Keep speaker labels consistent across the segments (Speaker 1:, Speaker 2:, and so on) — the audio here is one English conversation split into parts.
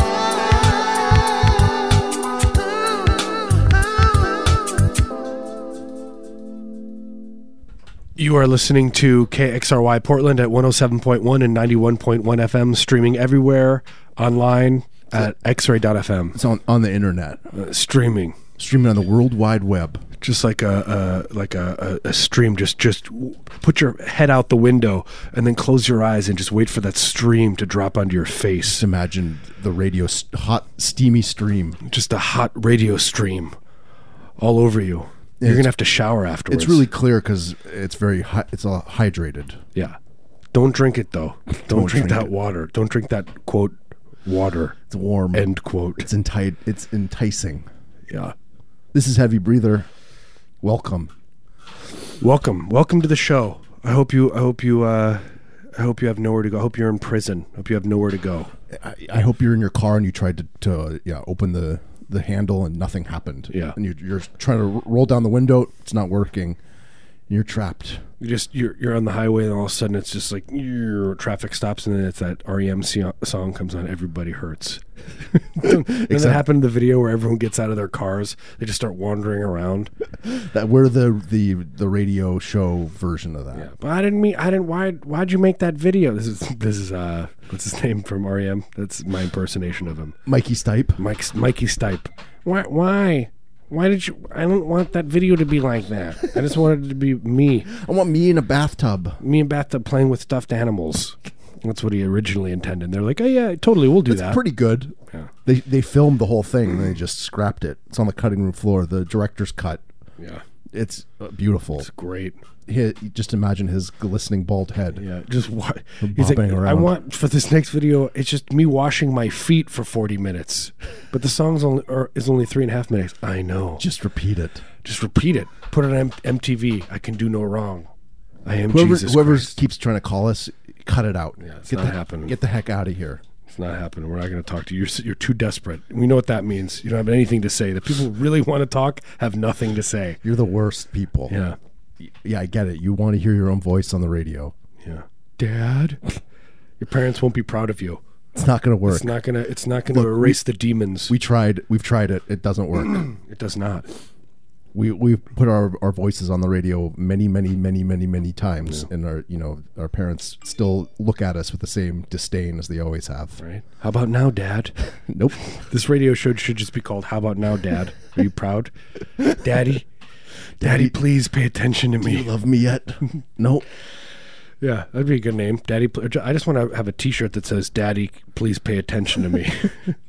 Speaker 1: Mm-hmm.
Speaker 2: You are listening to KXRY Portland at 107.1 and 91.1 FM, streaming everywhere online at xray.fm.
Speaker 3: It's on, on the internet,
Speaker 2: Uh, streaming.
Speaker 3: streaming on the World Wide Web.
Speaker 2: Just like a, a like a, a, a stream, just just w- put your head out the window and then close your eyes and just wait for that stream to drop onto your face.
Speaker 3: Just imagine the radio, s- hot, steamy stream.
Speaker 2: Just a hot radio stream all over you. You're
Speaker 3: it's-
Speaker 2: gonna have to shower afterwards.
Speaker 3: It's really clear because it's very hy- it's all hydrated.
Speaker 2: yeah. Don't drink it though. Don't, drink,
Speaker 3: drink
Speaker 2: that
Speaker 3: it.
Speaker 2: water. Don't drink that quote water.
Speaker 3: It's warm.
Speaker 2: End quote.
Speaker 3: it's enti- It's enticing.
Speaker 2: Yeah.
Speaker 3: This is heavy breather. Welcome.
Speaker 2: Welcome, welcome to the show. I hope you, I hope you, uh, I hope you have nowhere to go. I hope you're in prison. I hope you have nowhere to go.
Speaker 3: I, I hope you're in your car and you tried to, to uh, yeah open the the handle and nothing happened.
Speaker 2: Yeah.
Speaker 3: and you, you're trying to r- roll down the window. It's not working. You're trapped.
Speaker 2: You just you're you're on the highway, and all of a sudden it's just like your traffic stops, and then it's that REM so- song comes on. Everybody hurts. Doesn't that happen in the video where everyone gets out of their cars? They just start wandering around.
Speaker 3: That we're the the the radio show version of that.
Speaker 2: But I didn't mean I didn't. Why why'd you make that video? This is this is uh what's his name from REM? That's my impersonation of him.
Speaker 3: Mikey Stipe.
Speaker 2: Mike's Mikey Stipe. Why? Why? Why did you? I don't want that video to be like that. I just wanted it to be me,
Speaker 3: I want me in a bathtub.
Speaker 2: me and Bathtub playing with stuffed animals. That's what he originally intended. They're like, oh yeah, totally, we'll do that.
Speaker 3: Pretty good.
Speaker 2: Yeah.
Speaker 3: They they filmed the whole thing and they just scrapped it. It's on the cutting room floor. The director's cut.
Speaker 2: yeah,
Speaker 3: It's uh, beautiful.
Speaker 2: it's great.
Speaker 3: He, just imagine his glistening bald head.
Speaker 2: Yeah, just wa- he's like,
Speaker 3: bopping
Speaker 2: I
Speaker 3: around.
Speaker 2: want for this next video. It's just me washing my feet for forty minutes, but the song's only or is only three and a half minutes. I know. Just,
Speaker 3: Just repeat it.
Speaker 2: repeat it. Put it on M- MTV. I can do no wrong. I am
Speaker 3: Whoever
Speaker 2: Jesus.
Speaker 3: whoever
Speaker 2: Christ.
Speaker 3: keeps trying to call us, cut it out.
Speaker 2: it's
Speaker 3: get
Speaker 2: not
Speaker 3: the,
Speaker 2: happening.
Speaker 3: Get the heck out of here.
Speaker 2: It's not happening. We're not going to talk to you. You're, s- you're too desperate. We know what that means. You don't have anything to say. The people who really want to talk have nothing to say.
Speaker 3: You're the worst people.
Speaker 2: Yeah.
Speaker 3: Yeah, I get it. You want to hear your own voice on the radio.
Speaker 2: Yeah. Dad, your parents won't be proud of you.
Speaker 3: It's not going to work.
Speaker 2: It's not going to it's not going to erase the demons.
Speaker 3: we tried. We've tried it. It doesn't work.
Speaker 2: it does not.
Speaker 3: we we've put our, our voices on the radio many many many many many times, and our you know our parents still look at us with the same disdain as they always have.
Speaker 2: Right? How about now, dad?
Speaker 3: Nope.
Speaker 2: This radio show should just be called How about now, dad? Are you proud? Daddy? Daddy, please pay attention to
Speaker 3: You
Speaker 2: me.
Speaker 3: love me yet? nope.
Speaker 2: Yeah, that'd be a good name. Daddy, pl- I just want to have a t-shirt that says Daddy, please pay attention to me.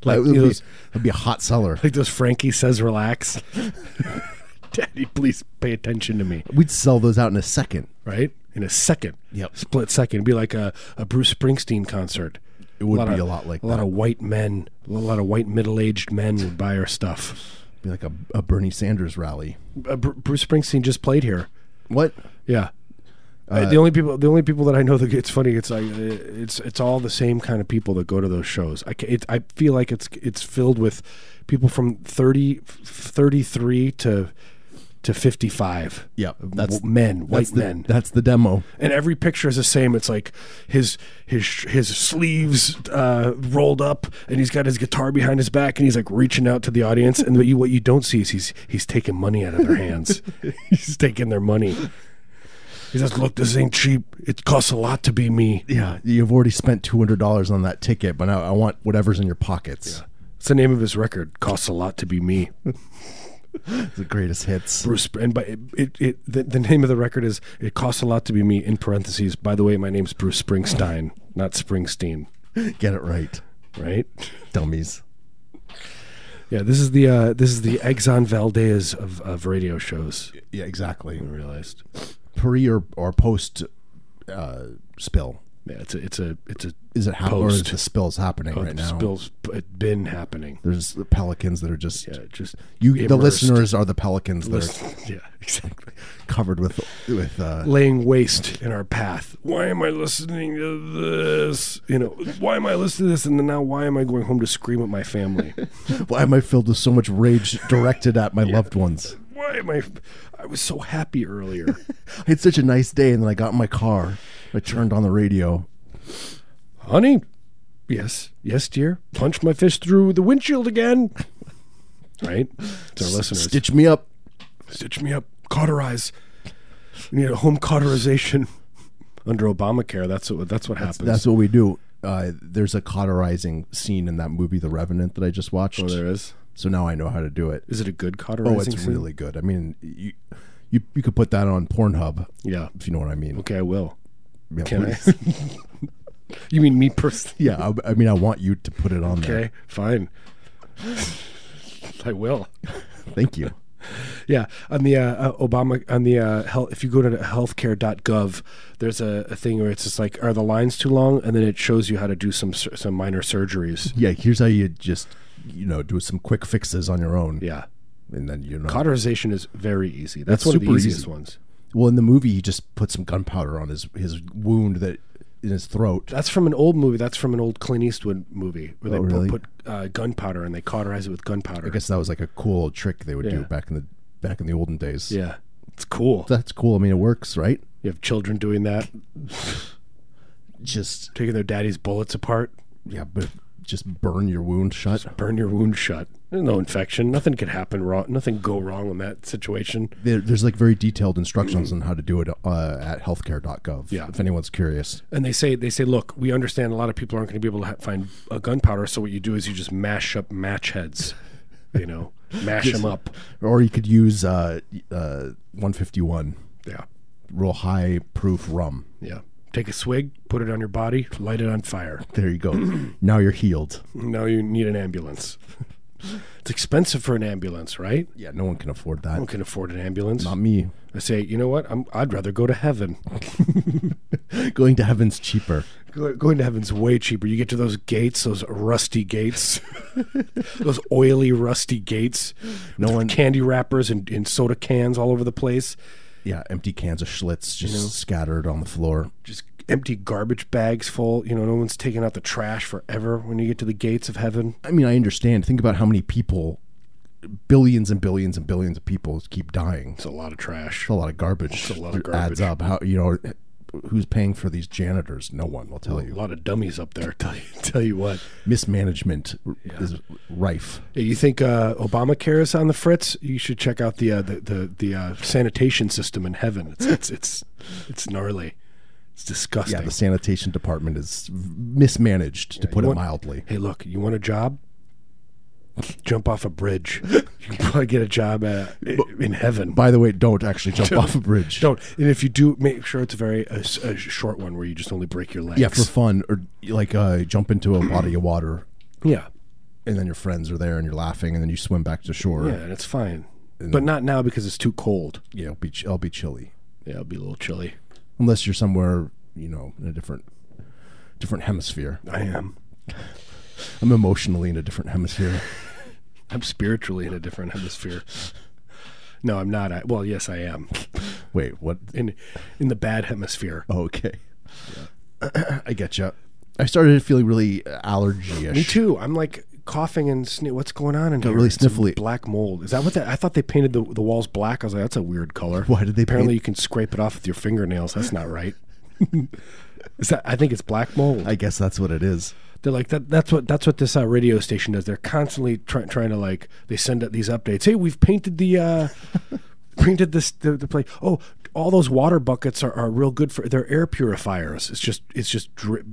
Speaker 2: like
Speaker 3: That
Speaker 2: you
Speaker 3: would,
Speaker 2: know,
Speaker 3: be,
Speaker 2: those-
Speaker 3: that'd be a hot seller.
Speaker 2: Like those Frankie says, relax. Daddy, please pay attention to me.
Speaker 3: We'd sell those out in a second.
Speaker 2: Right? In a second.
Speaker 3: Yep.
Speaker 2: Split second. It'd be like a, a Bruce Springsteen concert.
Speaker 3: It would be
Speaker 2: of-
Speaker 3: a lot like
Speaker 2: a lot
Speaker 3: that.
Speaker 2: of white men, a lot of white middle aged men would buy our stuff.
Speaker 3: Be like a, a Bernie Sanders rally.
Speaker 2: Uh, Br- Bruce Springsteen just played here.
Speaker 3: What?
Speaker 2: Yeah. Uh, the only people, the only people that I know that it's funny, it's like uh, it's it's all the same kind of people that go to those shows. I ca- it, I feel like it's it's filled with people from 30, 33 to to fifty five.
Speaker 3: Yeah, that's-
Speaker 2: men, white
Speaker 3: That's the,
Speaker 2: men,
Speaker 3: That's the demo.
Speaker 2: and every picture is the same. It's like his his sh- his sleeves uh, rolled up, and he's got his guitar behind his back, and he's like reaching out to the audience. And what you what you don't see is he's he's taking money out of their hands. he's taking their money. He says, "Look, this ain't cheap. It costs a lot to be me."
Speaker 3: Yeah, you've already spent two hundred dollars on that ticket, but now I want whatever's in your pockets.
Speaker 2: It's the name of his record. Costs a lot to be me.
Speaker 3: It's the greatest hits.
Speaker 2: Bruce, and by, it, it, it the, the name of the record is "It Costs a Lot to Be Me." In parentheses, by the way, my name's Bruce Springsteen, not Springsteen,
Speaker 3: Get it right,
Speaker 2: right?
Speaker 3: dummies.
Speaker 2: Yeah, this is the uh, this is the Exxon Valdez of, of radio shows.
Speaker 3: Yeah, exactly.
Speaker 2: I realized.
Speaker 3: Pre or, or post uh, spill?
Speaker 2: Yeah, it's a it's a it's a
Speaker 3: Is it happening? Or is
Speaker 2: Post. Oh,
Speaker 3: the spills happening right now?
Speaker 2: spills it's been happening.
Speaker 3: There's the pelicans that are just
Speaker 2: Yeah, just
Speaker 3: you. The
Speaker 2: immersed.
Speaker 3: listeners are the pelicans that are
Speaker 2: Listen- yeah, exactly.
Speaker 3: covered with with uh,
Speaker 2: Laying waste in our path. Why am I listening to this? You know, why am I listening to this? And then now, why am I going home to scream at my family?
Speaker 3: Why am I filled with so much rage directed at my loved ones?
Speaker 2: why am I? I was so happy earlier.
Speaker 3: I had such a nice day, and then I got in my car. I turned on the radio.
Speaker 2: Honey, yes, yes, dear. Punch my fist through the windshield again. Right, to our listeners.
Speaker 3: Stitch me up.
Speaker 2: Stitch me up, cauterize. You need a home cauterization under Obamacare. That's what that's what happens.
Speaker 3: That's what we do. Uh, there's a cauterizing scene in that movie, The Revenant, that I just watched.
Speaker 2: oh, there is.
Speaker 3: so now I know how to do it.
Speaker 2: Is it a good cauterizing?
Speaker 3: Oh, it's
Speaker 2: scene?
Speaker 3: really good. I mean, you, you you could put that on Pornhub
Speaker 2: Yeah.
Speaker 3: if you know what I mean.
Speaker 2: Okay, I will.
Speaker 3: Yeah,
Speaker 2: Can
Speaker 3: we-
Speaker 2: I? you mean me personally?
Speaker 3: yeah, I, I mean, I want you to put it on there.
Speaker 2: Okay, fine. I will.
Speaker 3: Thank you.
Speaker 2: Yeah, on the uh, uh, Obama on the uh, health. If you go to healthcare.gov, there's a, a thing where it's just like, are the lines too long? And then it shows you how to do some sur- some minor surgeries.
Speaker 3: Yeah, here's how you just you know do some quick fixes on your own.
Speaker 2: Yeah,
Speaker 3: and then you're not.
Speaker 2: cauterization is very easy. That's
Speaker 3: It's
Speaker 2: one of the
Speaker 3: super
Speaker 2: easiest
Speaker 3: easy.
Speaker 2: ones.
Speaker 3: Well, in the movie, he just put some gunpowder on his his wound that in his throat.
Speaker 2: That's from an old movie. That's from an old Clint Eastwood movie where they
Speaker 3: Oh,
Speaker 2: put-
Speaker 3: really?
Speaker 2: put, uh, gunpowder and they cauterize it with gunpowder.
Speaker 3: I guess that was like a cool old trick they would do
Speaker 2: Yeah.
Speaker 3: back in the back in the olden days.
Speaker 2: Yeah, it's cool.
Speaker 3: that's cool. I mean, it works, right?
Speaker 2: You have children doing that,
Speaker 3: Just
Speaker 2: taking their daddy's bullets apart.
Speaker 3: yeah, but just burn your wound shut.
Speaker 2: burn your wound shut. There's no infection. Nothing could happen wrong. Nothing go wrong in that situation.
Speaker 3: There, there's like very detailed instructions on how to do it uh, at healthcare.gov.
Speaker 2: Yeah.
Speaker 3: if anyone's curious.
Speaker 2: And they say they say, look, we understand a lot of people aren't going to be able to ha- find a gunpowder. So what you do is you just mash up match heads. You know, mash them up.
Speaker 3: Or you could use uh, uh, 151,
Speaker 2: Yeah,
Speaker 3: real high proof rum.
Speaker 2: yeah. Take a swig, put it on your body, light it on fire.
Speaker 3: There you go. now you're healed.
Speaker 2: Now you need an ambulance. It's expensive for an ambulance, right?
Speaker 3: Yeah, no one can afford that.
Speaker 2: No one can afford an ambulance.
Speaker 3: Not me.
Speaker 2: I say, you know what? I'm, I'd rather go to heaven.
Speaker 3: Going to heaven's cheaper.
Speaker 2: Go- Going to heaven's way cheaper. You get to those gates, those rusty gates, those oily, rusty gates.
Speaker 3: No
Speaker 2: with
Speaker 3: one-
Speaker 2: candy wrappers and, and soda cans all over the place.
Speaker 3: Yeah, empty cans of Schlitz just scattered on the floor.
Speaker 2: Just empty garbage bags full. You know, no one's taking out the trash forever. When you get to the gates of heaven,
Speaker 3: I mean, I understand. Think about how many people, billions and billions and billions of people keep dying.
Speaker 2: it's a lot of trash.
Speaker 3: It's a lot of garbage.
Speaker 2: a lot of
Speaker 3: It Adds
Speaker 2: garbage.
Speaker 3: up. How you know who's paying for these janitors? No one will tell
Speaker 2: A
Speaker 3: you.
Speaker 2: lot of dummies up there. Tell you, tell you what.
Speaker 3: Mismanagement is rife.
Speaker 2: Hey, You think uh, Obamacare is on the fritz? You should check out the uh, the the, the uh, sanitation system in heaven. It's it's it's, it's gnarly. It's disgusting.
Speaker 3: Yeah, the sanitation department is mismanaged, to put
Speaker 2: you want-
Speaker 3: it mildly.
Speaker 2: hey, look, you want a job? Jump off a bridge. You can probably get a job at, in heaven.
Speaker 3: By the way, don't actually jump off a bridge.
Speaker 2: Don't. And if you do, make sure it's a very a, s- a short one where you just only break your legs.
Speaker 3: Yeah, for fun or like uh, jump into a body of water,
Speaker 2: yeah,
Speaker 3: and then your friends are there and you're laughing, and then you swim back to shore.
Speaker 2: yeah, and it's fine, but not now because it's too cold.
Speaker 3: Yeah, it'll be ch- it'll be chilly
Speaker 2: Yeah, it'll be a little chilly.
Speaker 3: unless you're somewhere you know in a different different hemisphere.
Speaker 2: I am.
Speaker 3: I'm emotionally in a different hemisphere.
Speaker 2: I'm spiritually in a different hemisphere. No, I'm not. I, well, yes, I am.
Speaker 3: Wait, what?
Speaker 2: In in the bad hemisphere.
Speaker 3: Okay. I get you. I started feeling really allergy-ish.
Speaker 2: Me too. I'm like coughing and sne- what's going on in Got here?
Speaker 3: really
Speaker 2: It's some
Speaker 3: sniffly.
Speaker 2: Black mold. Is that what that? I thought they painted the, the walls black. I was like, that's a weird color.
Speaker 3: Why did they
Speaker 2: Apparently, you can scrape it off with your fingernails. That's not right. Is that? I think it's black mold.
Speaker 3: I guess that's what it is.
Speaker 2: They're like that. That's what that's what this uh, radio station does. They're constantly try, trying to like they send out these updates. Hey, we've painted the uh, painted this the, the place. Oh, all those water buckets are, are real good for. They're air purifiers. It's just it's just drip,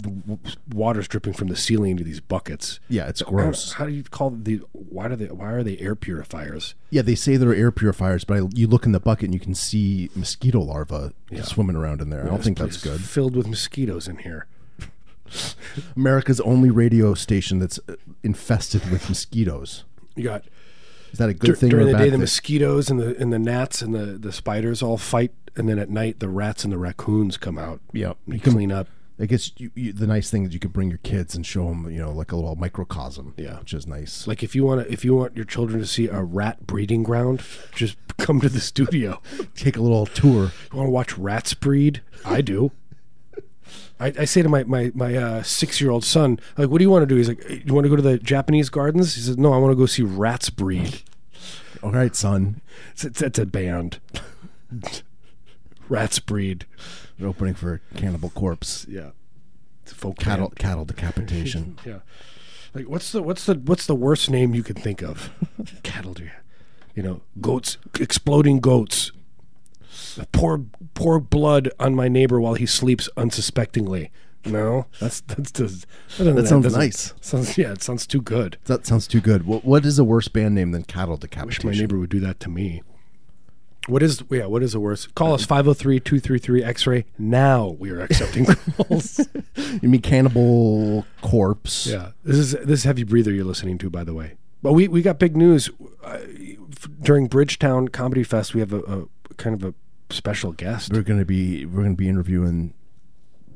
Speaker 2: water's dripping from the ceiling into these buckets.
Speaker 3: Yeah, it's
Speaker 2: I don't-
Speaker 3: gross.
Speaker 2: How do you call the why do they why are they air purifiers?
Speaker 3: Yeah, they say they're air purifiers, but I, you look in the bucket and you can see mosquito larvae swimming around in there. I don't think that's good.
Speaker 2: Filled with mosquitoes in here.
Speaker 3: America's only radio station that's uh, infested with mosquitoes.
Speaker 2: You got
Speaker 3: Is that a good
Speaker 2: dur-
Speaker 3: thing
Speaker 2: during
Speaker 3: or
Speaker 2: the
Speaker 3: a bad
Speaker 2: day the
Speaker 3: thing?
Speaker 2: mosquitoes and the and the gnats and the the spiders all fight, and then at night the rats and the raccoons come out.
Speaker 3: yeah,
Speaker 2: You
Speaker 3: you can.
Speaker 2: clean up.
Speaker 3: I guess you, you, the nice thing is you could bring your kids and show them, you know, like a little microcosm.
Speaker 2: Yeah.
Speaker 3: which is nice.
Speaker 2: Like if you want to, if you want your children to see a rat breeding ground, just come to the studio.
Speaker 3: Take a little tour.
Speaker 2: You want to watch rats breed? I do. I, I say to my my, my uh, six year old son, like, what do you want to do? He's like, "Eh, you want to go to the Japanese gardens? He says, no, I want to go see rats breed.
Speaker 3: All right, son,
Speaker 2: It's, it's, it's a band. rats breed.
Speaker 3: they're opening for Cannibal Corpse.
Speaker 2: Yeah, it's a folk
Speaker 3: Cattle,
Speaker 2: band.
Speaker 3: cattle decapitation.
Speaker 2: Yeah. Like what's the what's the what's the worst name you can think of? Cattle do you know, goats exploding goats. pour pour blood on my neighbor while he sleeps unsuspectingly. No, that's that's just, I don't know,
Speaker 3: That sounds
Speaker 2: doesn't-
Speaker 3: nice.
Speaker 2: Sounds yeah, it sounds too good.
Speaker 3: That sounds too good. What, what is a worse band name than Cattle
Speaker 2: Wish my
Speaker 3: Decapitation?
Speaker 2: neighbor would do that to me. What is yeah? What is the worst? Call us 503-233 X-ray now. We are accepting calls.
Speaker 3: You mean Cannibal Corpse?
Speaker 2: Yeah, this is this is heavy breather you're listening to, by the way. But we we got big news uh, f- during Bridgetown Comedy Fest. We have a, a kind of a special guest.
Speaker 3: We're gonna be we're gonna be interviewing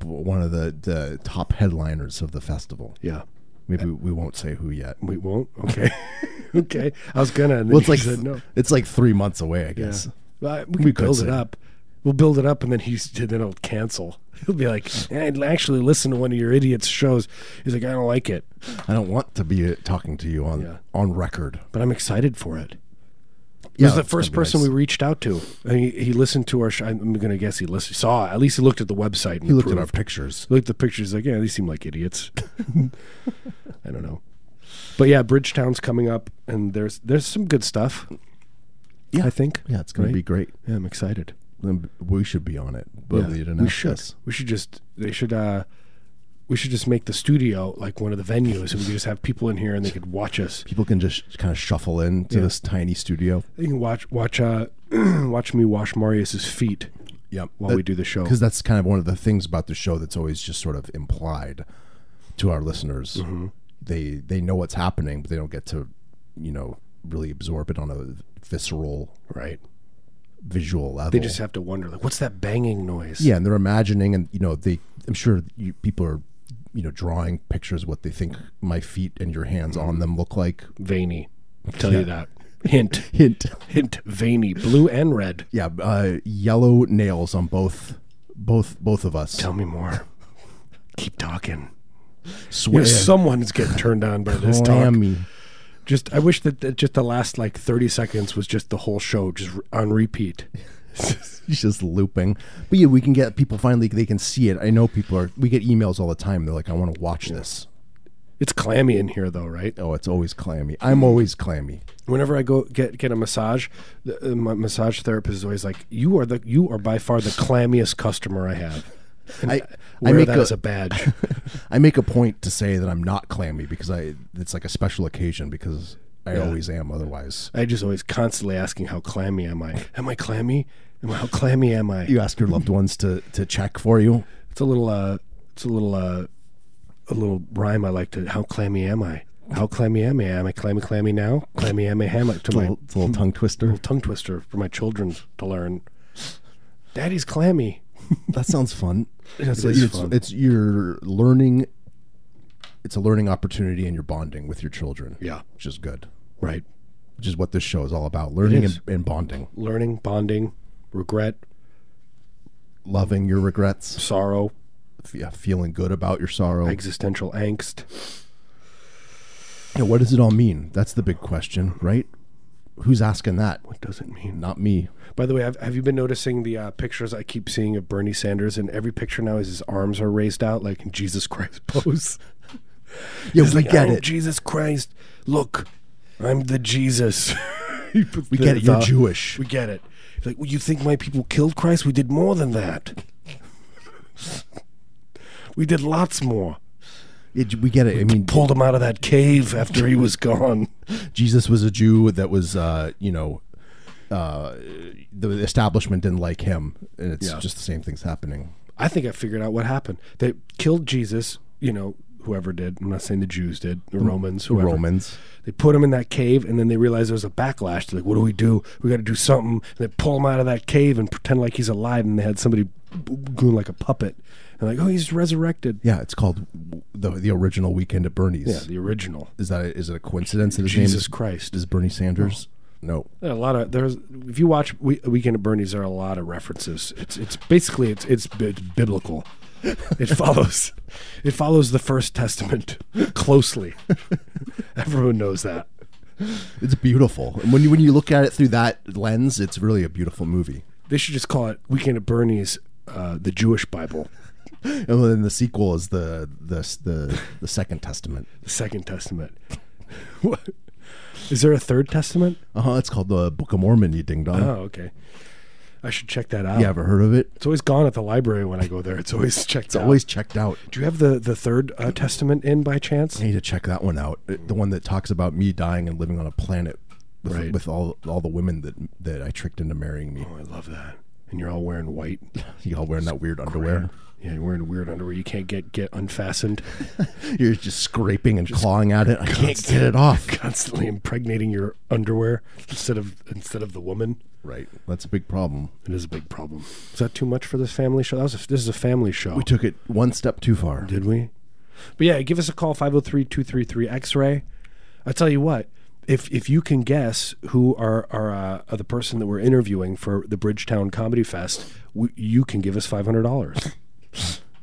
Speaker 3: one of the, the top headliners of the festival.
Speaker 2: Yeah,
Speaker 3: Maybe we won't say who yet.
Speaker 2: we won't. Okay, okay. I was gonna. And then
Speaker 3: Well, it's
Speaker 2: you
Speaker 3: like
Speaker 2: said no.
Speaker 3: it's like three months away, I
Speaker 2: Yeah.
Speaker 3: guess.
Speaker 2: Well, we can
Speaker 3: We could
Speaker 2: build
Speaker 3: say.
Speaker 2: it up. We'll build it up, and then he's then it'll cancel. He'll be like, "I actually listened to one of your idiots' shows." He's like, "I don't like it,
Speaker 3: I don't want to be uh, talking to you on
Speaker 2: Yeah.
Speaker 3: on record.
Speaker 2: but I'm excited for it."
Speaker 3: Yeah,
Speaker 2: he was
Speaker 3: it's
Speaker 2: the first
Speaker 3: gonna be
Speaker 2: person
Speaker 3: nice.
Speaker 2: we reached out to. And he, he listened to our show. I'm going to guess he listened, saw. At least he looked at the website. And
Speaker 3: He looked at our
Speaker 2: approved.
Speaker 3: pictures.
Speaker 2: Looked at the pictures. Like, yeah, these seem like idiots. I don't know. But yeah, Bridgetown's coming up, and there's there's some good stuff.
Speaker 3: Yeah.
Speaker 2: I think.
Speaker 3: Yeah, it's gonna
Speaker 2: Right?
Speaker 3: be great.
Speaker 2: Yeah, I'm excited.
Speaker 3: Then We should be on it, but
Speaker 2: Yeah,
Speaker 3: we didn't.
Speaker 2: we
Speaker 3: ask
Speaker 2: should.
Speaker 3: us.
Speaker 2: We should just. They should. uh We should just make the studio like one of the venues, and we could just have people in here, and they could watch us.
Speaker 3: People can just kind of shuffle into
Speaker 2: Yeah.
Speaker 3: this tiny studio.
Speaker 2: They can watch watch uh watch me wash Marius's feet
Speaker 3: Yep.
Speaker 2: while we do the show.
Speaker 3: because that's kind of one of the things about the show that's always just sort of implied to our listeners.
Speaker 2: Mm-hmm.
Speaker 3: They they know what's happening, but they don't get to you know really absorb it on a visceral
Speaker 2: Right.
Speaker 3: visual level.
Speaker 2: They just have to wonder, like, what's that banging noise?
Speaker 3: yeah, and they're imagining, and you know they. I'm sure you, people are you know drawing pictures of what they think my feet and your hands
Speaker 2: Mm-hmm.
Speaker 3: on them look like.
Speaker 2: Veiny. I'll tell you that. Hint.
Speaker 3: Hint.
Speaker 2: Hint. Veiny. Blue and red.
Speaker 3: Yeah, uh, yellow nails on both both both of us.
Speaker 2: Tell me more. Keep talking.
Speaker 3: Swear.
Speaker 2: someone's getting turned on by this talk.
Speaker 3: Clammy.
Speaker 2: Just, I wish that, that just the last like thirty seconds was just the whole show, just r- on repeat.
Speaker 3: He's just looping. But yeah, we can get people finally, they can see it. I know people are, we get emails all the time. They're like, I want to watch this.
Speaker 2: It's clammy in here though, right?
Speaker 3: Oh, it's always clammy. I'm always clammy.
Speaker 2: Whenever I go get get a massage, the, uh, my massage therapist is always like, "You are the you are by far the clammiest customer I have."
Speaker 3: I, I
Speaker 2: Wear
Speaker 3: make
Speaker 2: that as
Speaker 3: a,
Speaker 2: a badge.
Speaker 3: I make a point to say that I'm not clammy because I, it's like a special occasion because I always am otherwise.
Speaker 2: I just always constantly asking how clammy am I? Am I clammy? Am I, how clammy am I?
Speaker 3: You ask your loved ones to, to check for you.
Speaker 2: It's a little uh it's a little uh a little rhyme I like to how clammy am I? How clammy am I? Am I clammy clammy now? Clammy am I ham to
Speaker 3: It's a
Speaker 2: my
Speaker 3: little, it's a little tongue twister.
Speaker 2: tongue twister for my children to learn. Daddy's clammy.
Speaker 3: That sounds fun.
Speaker 2: That's
Speaker 3: it's, it's, it's you're learning. It's a learning opportunity, and you're bonding with your children.
Speaker 2: Yeah.
Speaker 3: which is good.
Speaker 2: right.
Speaker 3: which is what this show is all about learning
Speaker 2: is.
Speaker 3: and, and bonding
Speaker 2: Learning, bonding, regret,
Speaker 3: loving your regrets
Speaker 2: sorrow,
Speaker 3: f- yeah, feeling good about your sorrow
Speaker 2: existential angst.
Speaker 3: Yeah, what does it all mean that's the big question right who's asking that
Speaker 2: What does it mean?
Speaker 3: not me
Speaker 2: By the way, have, have you been noticing the uh, pictures I keep seeing of Bernie Sanders? And every picture now is his arms are raised out like in Jesus Christ pose.
Speaker 3: yeah
Speaker 2: He's
Speaker 3: we
Speaker 2: like, oh,
Speaker 3: get
Speaker 2: "I'm
Speaker 3: it
Speaker 2: Jesus Christ, look, I'm the Jesus. He puts
Speaker 3: we
Speaker 2: the-
Speaker 3: get it you're
Speaker 2: the-
Speaker 3: jewish
Speaker 2: We get it. He's like, well, you think my people killed Christ? We did more than that. we did lots more.
Speaker 3: It- we get it i mean
Speaker 2: Pulled him out of that cave after he was gone.
Speaker 3: jesus was a jew that was uh you know uh the establishment didn't like him and it's
Speaker 2: Yeah.
Speaker 3: just the same things happening
Speaker 2: I think I figured out what happened. They killed Jesus, you know, whoever did. I'm not saying the Jews did, the Mm. Romans, whoever.
Speaker 3: romans
Speaker 2: They put him in that cave, and then they realize there was a backlash. They're like, "What do we do? We got to do something." And they pull him out of that cave and pretend like he's alive, and they had somebody b- doing like a puppet, and like, "Oh, he's resurrected."
Speaker 3: yeah it's called the, the original weekend at bernie's
Speaker 2: Yeah, the original
Speaker 3: is that a, is it a coincidence that his name
Speaker 2: Jesus
Speaker 3: is
Speaker 2: Christ.
Speaker 3: is Bernie Sanders? No.
Speaker 2: There are a lot of there's if you watch we- Weekend at Bernie's, there are a lot of references. It's it's basically it's it's, bi- it's biblical. It follows it follows the First Testament closely. Everyone knows that.
Speaker 3: It's beautiful. And when you when you look at it through that lens, it's really a beautiful movie.
Speaker 2: They should just call it Weekend at Bernie's, uh, the Jewish Bible.
Speaker 3: And then the sequel is the the the, the Second Testament.
Speaker 2: The Second Testament. What? Is there a third testament?
Speaker 3: Uh-huh, Uh huh. It's called the Book of Mormon. You ding dong.
Speaker 2: Oh, okay. I should check that out.
Speaker 3: You ever heard of it?
Speaker 2: It's always gone at the library when I go there. It's always checked
Speaker 3: It's
Speaker 2: out.
Speaker 3: always checked out.
Speaker 2: Do you have the the third uh, testament in by chance?
Speaker 3: I need to check that one out. It- The one that talks about me dying and living on a planet with,
Speaker 2: Right.
Speaker 3: with all all the women that that I tricked into marrying me.
Speaker 2: Oh, I love that. And you're all wearing white.
Speaker 3: Y'all wearing that weird underwear.
Speaker 2: Yeah, you're wearing weird underwear. You can't get get unfastened.
Speaker 3: You're just scraping and clawing at it. I can't get it off.
Speaker 2: Constantly impregnating your underwear instead of instead of the woman.
Speaker 3: Right. That's a big problem.
Speaker 2: It is a big problem. Is that too much for this family show? That was a, this is a family show.
Speaker 3: We took it one step too far.
Speaker 2: Did we? But yeah, give us a call 503-233-X-ray. I tell you what, if if you can guess who are are, uh, are the person that we're interviewing for the Bridgetown Comedy Fest, we, you can give us five hundred dollars.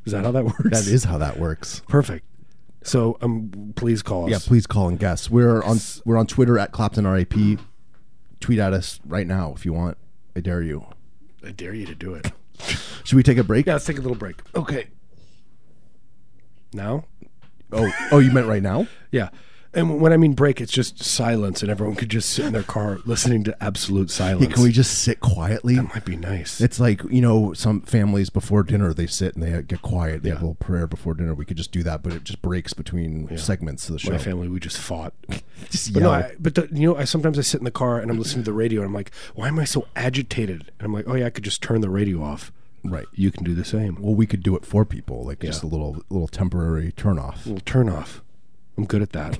Speaker 2: is that how that works?
Speaker 3: That is how that works.
Speaker 2: perfect. So um, please call us.
Speaker 3: Yeah, please call and guess. We're on we're on Twitter at Clapton RAP. Tweet at us right now if you want. I dare you.
Speaker 2: I dare you to do it.
Speaker 3: Should we take a break?
Speaker 2: Yeah, let's take a little break.
Speaker 3: Okay.
Speaker 2: Now?
Speaker 3: Oh, oh, you meant right now?
Speaker 2: Yeah. And when I mean break, it's just silence, and everyone could just sit in their car listening to absolute silence.
Speaker 3: Hey, can we just sit quietly?
Speaker 2: That might be nice.
Speaker 3: It's like you know, some families before dinner they sit and they get quiet. They have a little prayer before dinner. We could just do that, but it just breaks between segments of the show.
Speaker 2: My family, we just fought.
Speaker 3: Just
Speaker 2: But, no,
Speaker 3: yell.
Speaker 2: I, but the, you know, I sometimes I sit in the car and I'm listening to the radio, and I'm like, why am I so agitated? And I'm like, oh yeah, I could just turn the radio off.
Speaker 3: right.
Speaker 2: You can do the same.
Speaker 3: Well, we could do it for people, like just a little little temporary turnoff.
Speaker 2: Well, turn off. I'm good at that.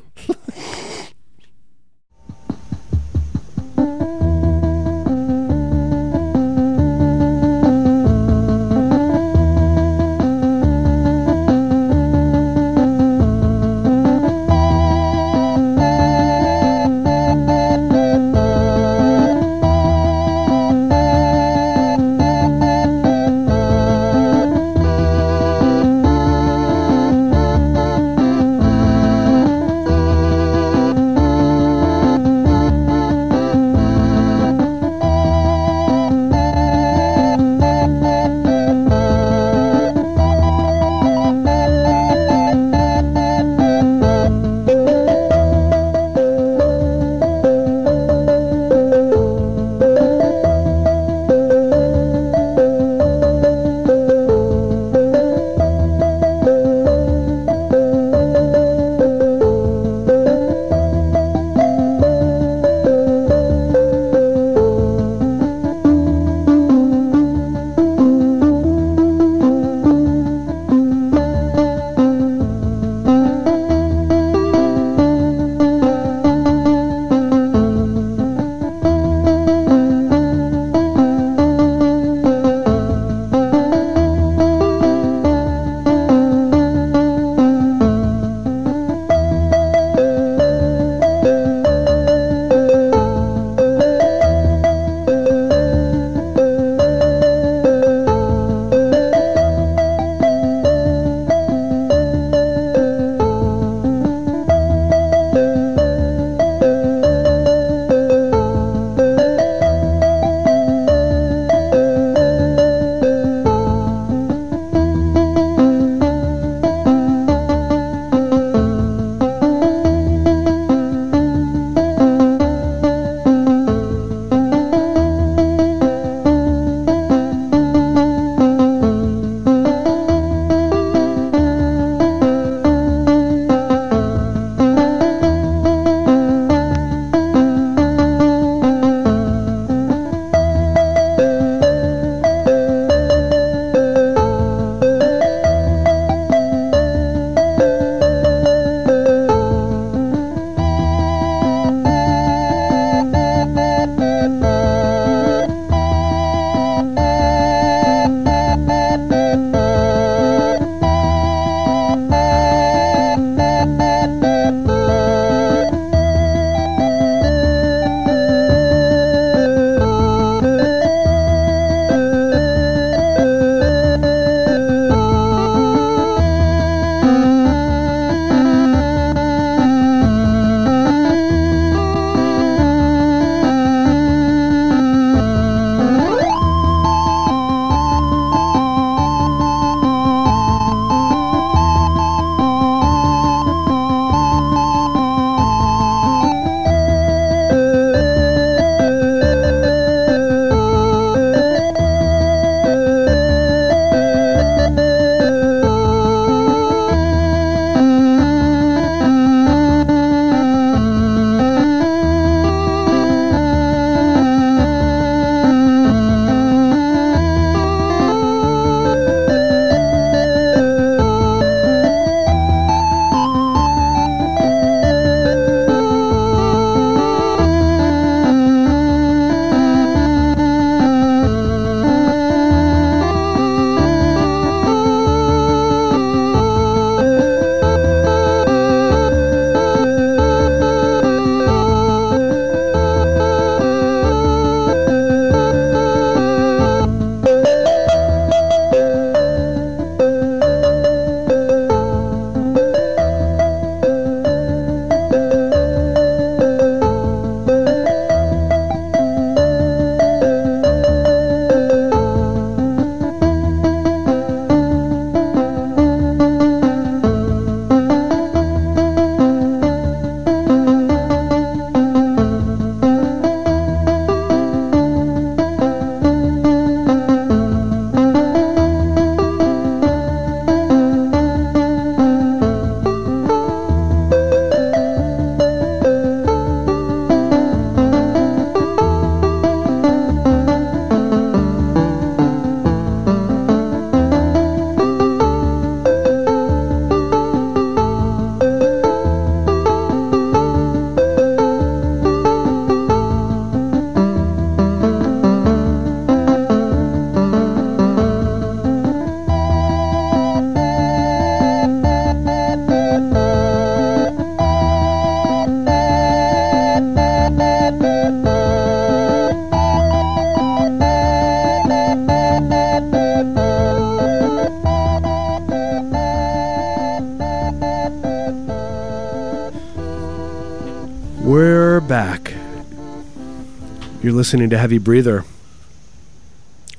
Speaker 2: You're listening to Heavy Breather.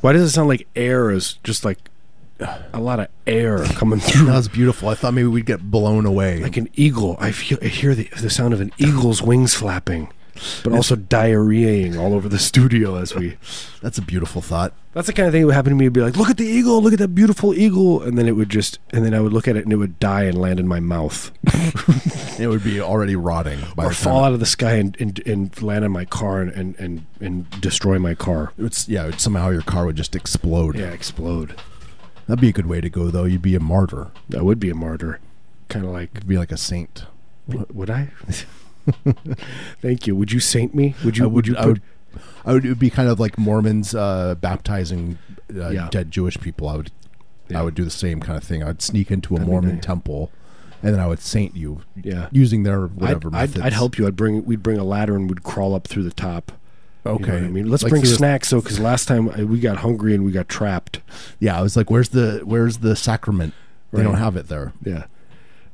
Speaker 2: Why does it sound like air is just like uh, a lot of air coming
Speaker 3: That
Speaker 2: through?
Speaker 3: was beautiful. I thought maybe we'd get blown away.
Speaker 2: like an eagle. I feel I hear the, the sound of an eagle's wings flapping, but also diarrheaing all over the studio as we.
Speaker 3: That's a beautiful thought.
Speaker 2: That's the kind of thing that would happen to me. It'd be like, look at the eagle, look at that beautiful eagle, and then it would just, and then I would look at it and it would die and land in my mouth,
Speaker 3: It would be already rotting by
Speaker 2: or
Speaker 3: the time-
Speaker 2: fall out of the sky and and, and land on my car and, and and and destroy my car.
Speaker 3: It's yeah. It's somehow your car would just explode.
Speaker 2: Yeah, explode.
Speaker 3: That'd be a good way to go though. You'd be a martyr.
Speaker 2: I would be a martyr, kind of like
Speaker 3: You'd be like a saint.
Speaker 2: Would- Would I? Thank you. Would you saint me? Would you?
Speaker 3: I
Speaker 2: would,
Speaker 3: would.
Speaker 2: you?
Speaker 3: I
Speaker 2: put-
Speaker 3: would. I would. It would be kind of like Mormons uh, baptizing uh,
Speaker 2: Yeah.
Speaker 3: dead Jewish people. I would.
Speaker 2: Yeah.
Speaker 3: I would do the same kind of thing. I'd sneak into a
Speaker 2: That'd be
Speaker 3: Mormon
Speaker 2: nice.
Speaker 3: temple, and then I would saint you
Speaker 2: Yeah.
Speaker 3: using their whatever
Speaker 2: I'd,
Speaker 3: methods.
Speaker 2: I'd, I'd help you. I'd bring. We'd bring a ladder and we'd crawl up through the top. You
Speaker 3: Okay.
Speaker 2: know what I mean, let's
Speaker 3: Like
Speaker 2: bring
Speaker 3: through the-
Speaker 2: snacks though, because last time uh, we got hungry and we got trapped.
Speaker 3: Yeah, I was like, "Where's the Where's the sacrament? They don't
Speaker 2: Right.
Speaker 3: have it there."
Speaker 2: Yeah.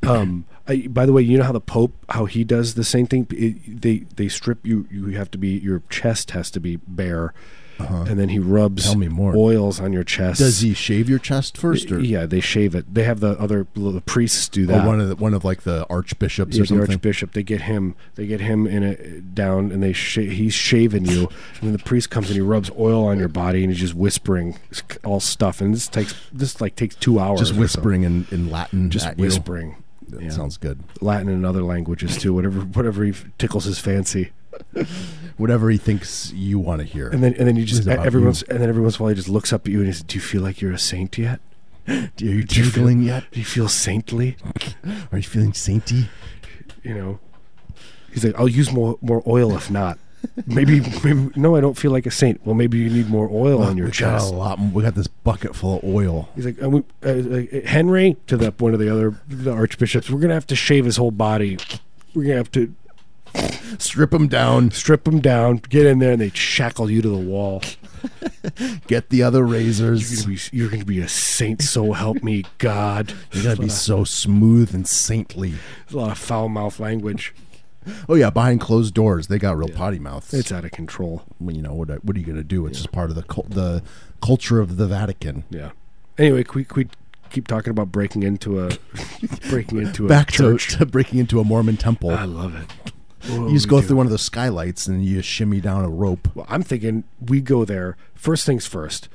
Speaker 2: Um. I, by the way, you know how the Pope, how he does the same thing. It, they they strip you. You have to be your chest has to be bare, and then he rubs
Speaker 3: Uh-huh. Tell me more.
Speaker 2: oils on your chest.
Speaker 3: Does he shave your chest first, or
Speaker 2: Yeah, they shave it. They have the other the priests do
Speaker 3: or
Speaker 2: that.
Speaker 3: Oh, one of the, one of like the archbishops
Speaker 2: Yeah,
Speaker 3: or
Speaker 2: the
Speaker 3: something?
Speaker 2: archbishop. They get him. They get him in a down, and they sh- he's shaving you. and then the priest comes and he rubs oil on your body, and he's just whispering s- all stuff. And this takes this like takes two hours.
Speaker 3: just
Speaker 2: or so.
Speaker 3: whispering in, in Latin.
Speaker 2: Just
Speaker 3: at you.
Speaker 2: whispering.
Speaker 3: That
Speaker 2: Yeah.
Speaker 3: sounds good.
Speaker 2: Latin and other languages too. Whatever whatever he f- tickles his fancy.
Speaker 3: Whatever he thinks you want to hear.
Speaker 2: And then and then you
Speaker 3: This is
Speaker 2: just e,
Speaker 3: about
Speaker 2: everyone's and then every once in a while he just looks up at you and he says, "Do you feel like you're a saint yet?
Speaker 3: Are you
Speaker 2: Do you feel-
Speaker 3: tingling yet?
Speaker 2: Do you feel saintly?
Speaker 3: Are you feeling sainty?
Speaker 2: you know, he's like, I'll use more more oil if not. Maybe, maybe no, I don't feel like a saint. Well, maybe you need more oil on your
Speaker 3: we got
Speaker 2: chest.
Speaker 3: a lot. We got this bucket full of oil.
Speaker 2: He's like, "Uh, we, uh, uh, Henry, to the one of the other the archbishops, we're gonna have to shave his whole body. We're gonna have to
Speaker 3: Strip him down.
Speaker 2: strip him down, get in there, and they shackle you to the wall.
Speaker 3: Get the other
Speaker 2: You're
Speaker 3: razors.
Speaker 2: gonna be, you're gonna be a saint, so help me God.
Speaker 3: You gotta be so smooth and saintly.
Speaker 2: There's a lot of foul mouth language.
Speaker 3: Oh yeah, behind closed doors, they got real potty mouths.
Speaker 2: It's out of control.
Speaker 3: Well, you know what? What are you gonna do? It's just part of the cul the culture of the Vatican.
Speaker 2: Yeah. Anyway, can we, can we keep talking about breaking into a breaking into a
Speaker 3: Back to,
Speaker 2: church.
Speaker 3: to breaking into a Mormon temple.
Speaker 2: I love it.
Speaker 3: you just go through one of the skylights and you shimmy down a rope.
Speaker 2: Well, I'm thinking we go there. First things first.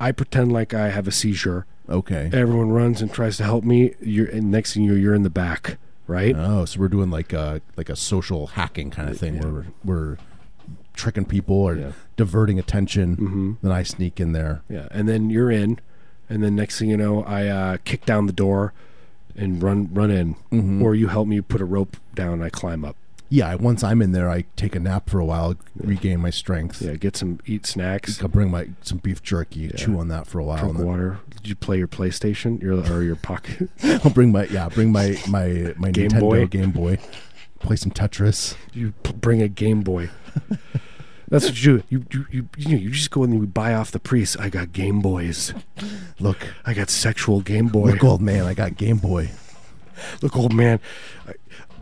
Speaker 2: I pretend like I have a seizure.
Speaker 3: Okay.
Speaker 2: Everyone runs and tries to help me. You're, and next thing you know, you're in the back, right?
Speaker 3: Oh, so we're doing like a like a social hacking kind of thing where we're, we're tricking people or
Speaker 2: Yeah. Mm-hmm.
Speaker 3: diverting attention. Then I sneak in there.
Speaker 2: Yeah. And then you're in, and then next thing you know, I uh, kick down the door and run run in,
Speaker 3: Mm-hmm.
Speaker 2: or you help me put a rope down. I climb up.
Speaker 3: Yeah, I- once I'm in there, I take a nap for a while, regain my strength.
Speaker 2: Yeah. Get some eat snacks.
Speaker 3: I bring my some beef jerky, chew on that for a while.
Speaker 2: Drink
Speaker 3: And then
Speaker 2: water. Did you play your PlayStation? Your or your pocket?
Speaker 3: I'll bring my yeah, bring my my my
Speaker 2: Game
Speaker 3: Nintendo
Speaker 2: Boy.
Speaker 3: Game Boy. Play some Tetris.
Speaker 2: you p- bring a Game Boy. That's what you do. You you you you, know, you just go in and you buy off the priest. I got Game Boys.
Speaker 3: Look,
Speaker 2: I got sexual Game Boy.
Speaker 3: look, old man, I got Game Boy.
Speaker 2: Look, old man. I,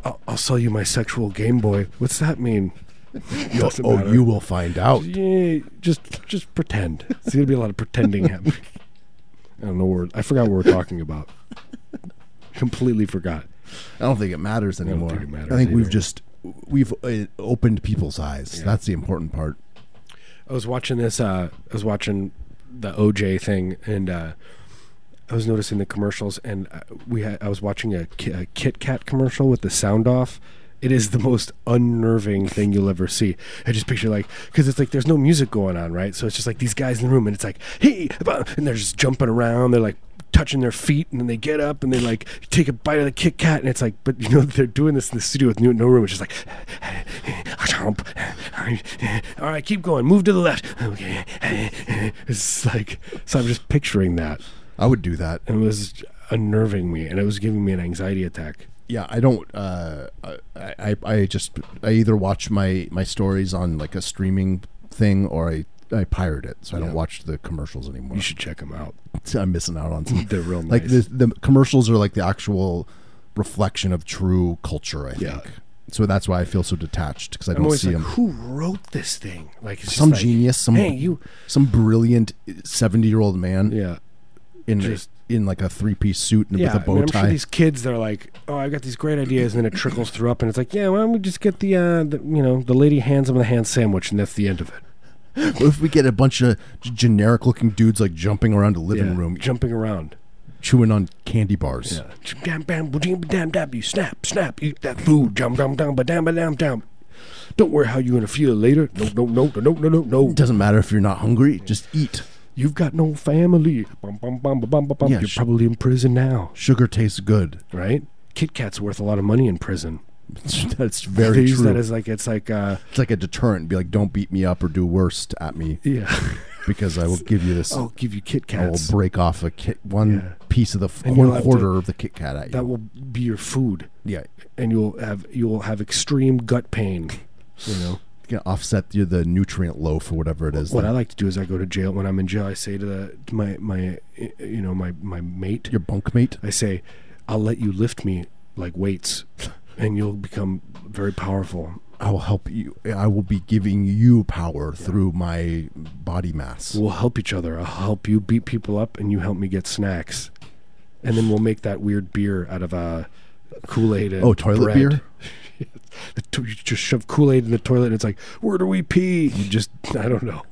Speaker 2: I'll, I'll sell you my sexual Game Boy. What's that mean?
Speaker 3: You'll-
Speaker 2: Doesn't
Speaker 3: oh,
Speaker 2: matter.
Speaker 3: you will find out.
Speaker 2: Yeah, just just pretend. It's gonna be a lot of pretending happening. I don't know where I forgot what we're talking about. Completely forgot.
Speaker 3: I don't think it matters
Speaker 2: don't
Speaker 3: anymore. I
Speaker 2: think
Speaker 3: think,
Speaker 2: it matters
Speaker 3: we've
Speaker 2: either.
Speaker 3: just we've uh, opened people's eyes. That's the important part.
Speaker 2: I was watching this. Uh, I was watching the OJ thing, and uh, I was noticing the commercials. And uh, we, had, I was watching a, Ki- a Kit Kat commercial with the sound off. It is the most unnerving thing you'll ever see. I just picture like because it's like there's no music going on, right? So it's just like these guys in the room, and it's like hey, bah," and they're just jumping around. They're like touching their feet, and then they get up and they like take a bite of the Kit Kat, and it's like, but you know they're doing this in the studio with no, no room. It's just like. Jump. All right, keep going. Move to the left. Okay. It's like so. I'm just picturing that.
Speaker 3: I would do that.
Speaker 2: It was unnerving me, and it was giving me an anxiety attack.
Speaker 3: Yeah, I don't. Uh, I, I I just I either watch my my stories on like a streaming thing or I I pirate it, so I
Speaker 2: Yeah.
Speaker 3: don't watch the commercials anymore.
Speaker 2: You should check them out.
Speaker 3: I'm missing out on some.
Speaker 2: They're real nice.
Speaker 3: Like the the commercials are like the actual reflection of true culture. I think.
Speaker 2: Yeah.
Speaker 3: So that's why I feel so detached because I
Speaker 2: I'm
Speaker 3: don't
Speaker 2: always
Speaker 3: see
Speaker 2: like,
Speaker 3: him.
Speaker 2: who wrote this thing? Like it's just
Speaker 3: Some
Speaker 2: like,
Speaker 3: genius, some
Speaker 2: Hey, you.
Speaker 3: some brilliant seventy-year-old man
Speaker 2: Yeah.
Speaker 3: in
Speaker 2: just-
Speaker 3: in like a three-piece suit and
Speaker 2: Yeah,
Speaker 3: with a
Speaker 2: I
Speaker 3: bow
Speaker 2: am
Speaker 3: tie.
Speaker 2: sure these kids, they're like, "Oh, I've got these great ideas," and then it trickles through up, and it's like, "Yeah, why don't we just get the, uh, the you know, the lady hands them the hand sandwich, and that's the end of it."
Speaker 3: What if we get a bunch of generic-looking dudes like jumping around a living
Speaker 2: Yeah,
Speaker 3: room,
Speaker 2: jumping around.
Speaker 3: chewing on candy bars?
Speaker 2: Yeah. Jam, bam, ba, jam, ba, dam, dab, you snap, snap, eat that food. Jam, jam, dam, ba, dam, ba, dam, dam. Don't worry how you're gonna feel later. No, no, no, no, no, no, no.
Speaker 3: It doesn't matter if you're not hungry; just eat.
Speaker 2: You've got no family. Bum, bum, bum, ba, bum, ba, bum.
Speaker 3: Yeah,
Speaker 2: You're
Speaker 3: sh-
Speaker 2: probably in prison now,
Speaker 3: Sugar tastes good.
Speaker 2: right? Kit Kat's worth a lot of money in prison.
Speaker 3: That's very
Speaker 2: they use
Speaker 3: true.
Speaker 2: that as like it's like uh
Speaker 3: it's like a deterrent. Be like, don't beat me up or do worse at me
Speaker 2: yeah.
Speaker 3: because I will give you this.
Speaker 2: I'll give you Kit
Speaker 3: I will
Speaker 2: Kats.
Speaker 3: break off a kit, one
Speaker 2: Oh, Yeah.
Speaker 3: piece of the f-
Speaker 2: And you'll
Speaker 3: one
Speaker 2: have
Speaker 3: quarter of the Kit Kat at you.
Speaker 2: that will be your food,
Speaker 3: yeah,
Speaker 2: and you'll have you'll have extreme gut pain. You know.
Speaker 3: you can offset the, the nutrient loaf or whatever it is.
Speaker 2: What
Speaker 3: that-
Speaker 2: I like to do is I go to jail. When I'm in jail, I say to, the, to my my uh, you know my my mate,
Speaker 3: your bunkmate.
Speaker 2: I say, I'll let you lift me like weights, and you'll become very powerful.
Speaker 3: I will help you. I will be giving you power through my body mass.
Speaker 2: We'll help each other. I'll help you beat people up, and you help me get snacks, and then we'll make that weird beer out of uh, Kool Aid.
Speaker 3: Oh, toilet
Speaker 2: bread.
Speaker 3: beer?
Speaker 2: The to- you just shove Kool Aid in the toilet, and it's like, where do we pee? You just, I don't know.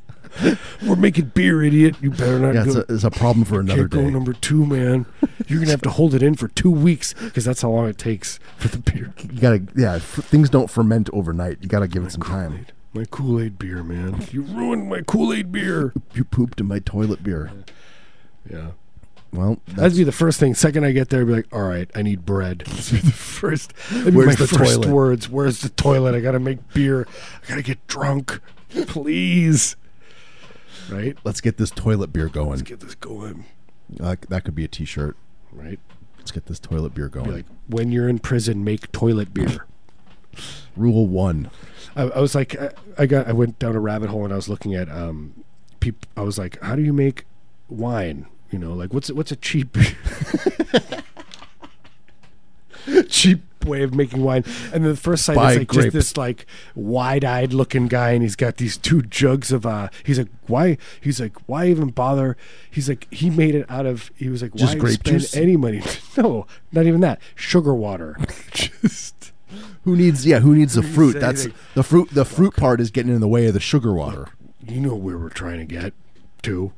Speaker 2: We're making beer, idiot. You better not
Speaker 3: Yeah,
Speaker 2: go.
Speaker 3: it's a, it's a problem for another
Speaker 2: Can't go
Speaker 3: day.
Speaker 2: number two, man. You're gonna have to hold it in for two weeks because that's how long it takes for the beer.
Speaker 3: You gotta, yeah. F- things don't ferment overnight. You gotta give it some time.
Speaker 2: Kool-Aid. My Kool Aid beer, man. You ruined my Kool Aid beer.
Speaker 3: You pooped in my toilet beer.
Speaker 2: Yeah.
Speaker 3: Well, that's,
Speaker 2: That'd be the first thing. Second, I get there, I'd be like, all right, I need bread. That'd be the first. that'd be
Speaker 3: Where's
Speaker 2: my
Speaker 3: the
Speaker 2: first
Speaker 3: toilet?
Speaker 2: words. Where's the toilet? I got to make beer. I got to get drunk. Please. Right?
Speaker 3: let's get this toilet beer going.
Speaker 2: Let's get this going.
Speaker 3: Uh, that could be a T-shirt.
Speaker 2: Right?
Speaker 3: Let's get this toilet beer
Speaker 2: Be
Speaker 3: going.
Speaker 2: like, when you're in prison, make toilet beer.
Speaker 3: Rule one.
Speaker 2: I, I was like, I, I got, I went down a rabbit hole and I was looking at, um, peop, I was like, how do you make wine? You know, like what's what's a cheap, cheap way of making wine? And then the first sight
Speaker 3: Buy
Speaker 2: is like
Speaker 3: grapes.
Speaker 2: just this like wide-eyed looking guy, and he's got these two jugs of. uh He's like, why? He's like, why even bother? He's like, he made it out of. He was like,
Speaker 3: Just
Speaker 2: why
Speaker 3: grape
Speaker 2: spend
Speaker 3: juice?
Speaker 2: any money? no, not even that. Sugar water. just
Speaker 3: Who needs? Yeah, who needs the fruit?
Speaker 2: needs
Speaker 3: That's
Speaker 2: anything?
Speaker 3: the fruit. The fruit part is getting in the way of the sugar water.
Speaker 2: you know where we're trying to get to.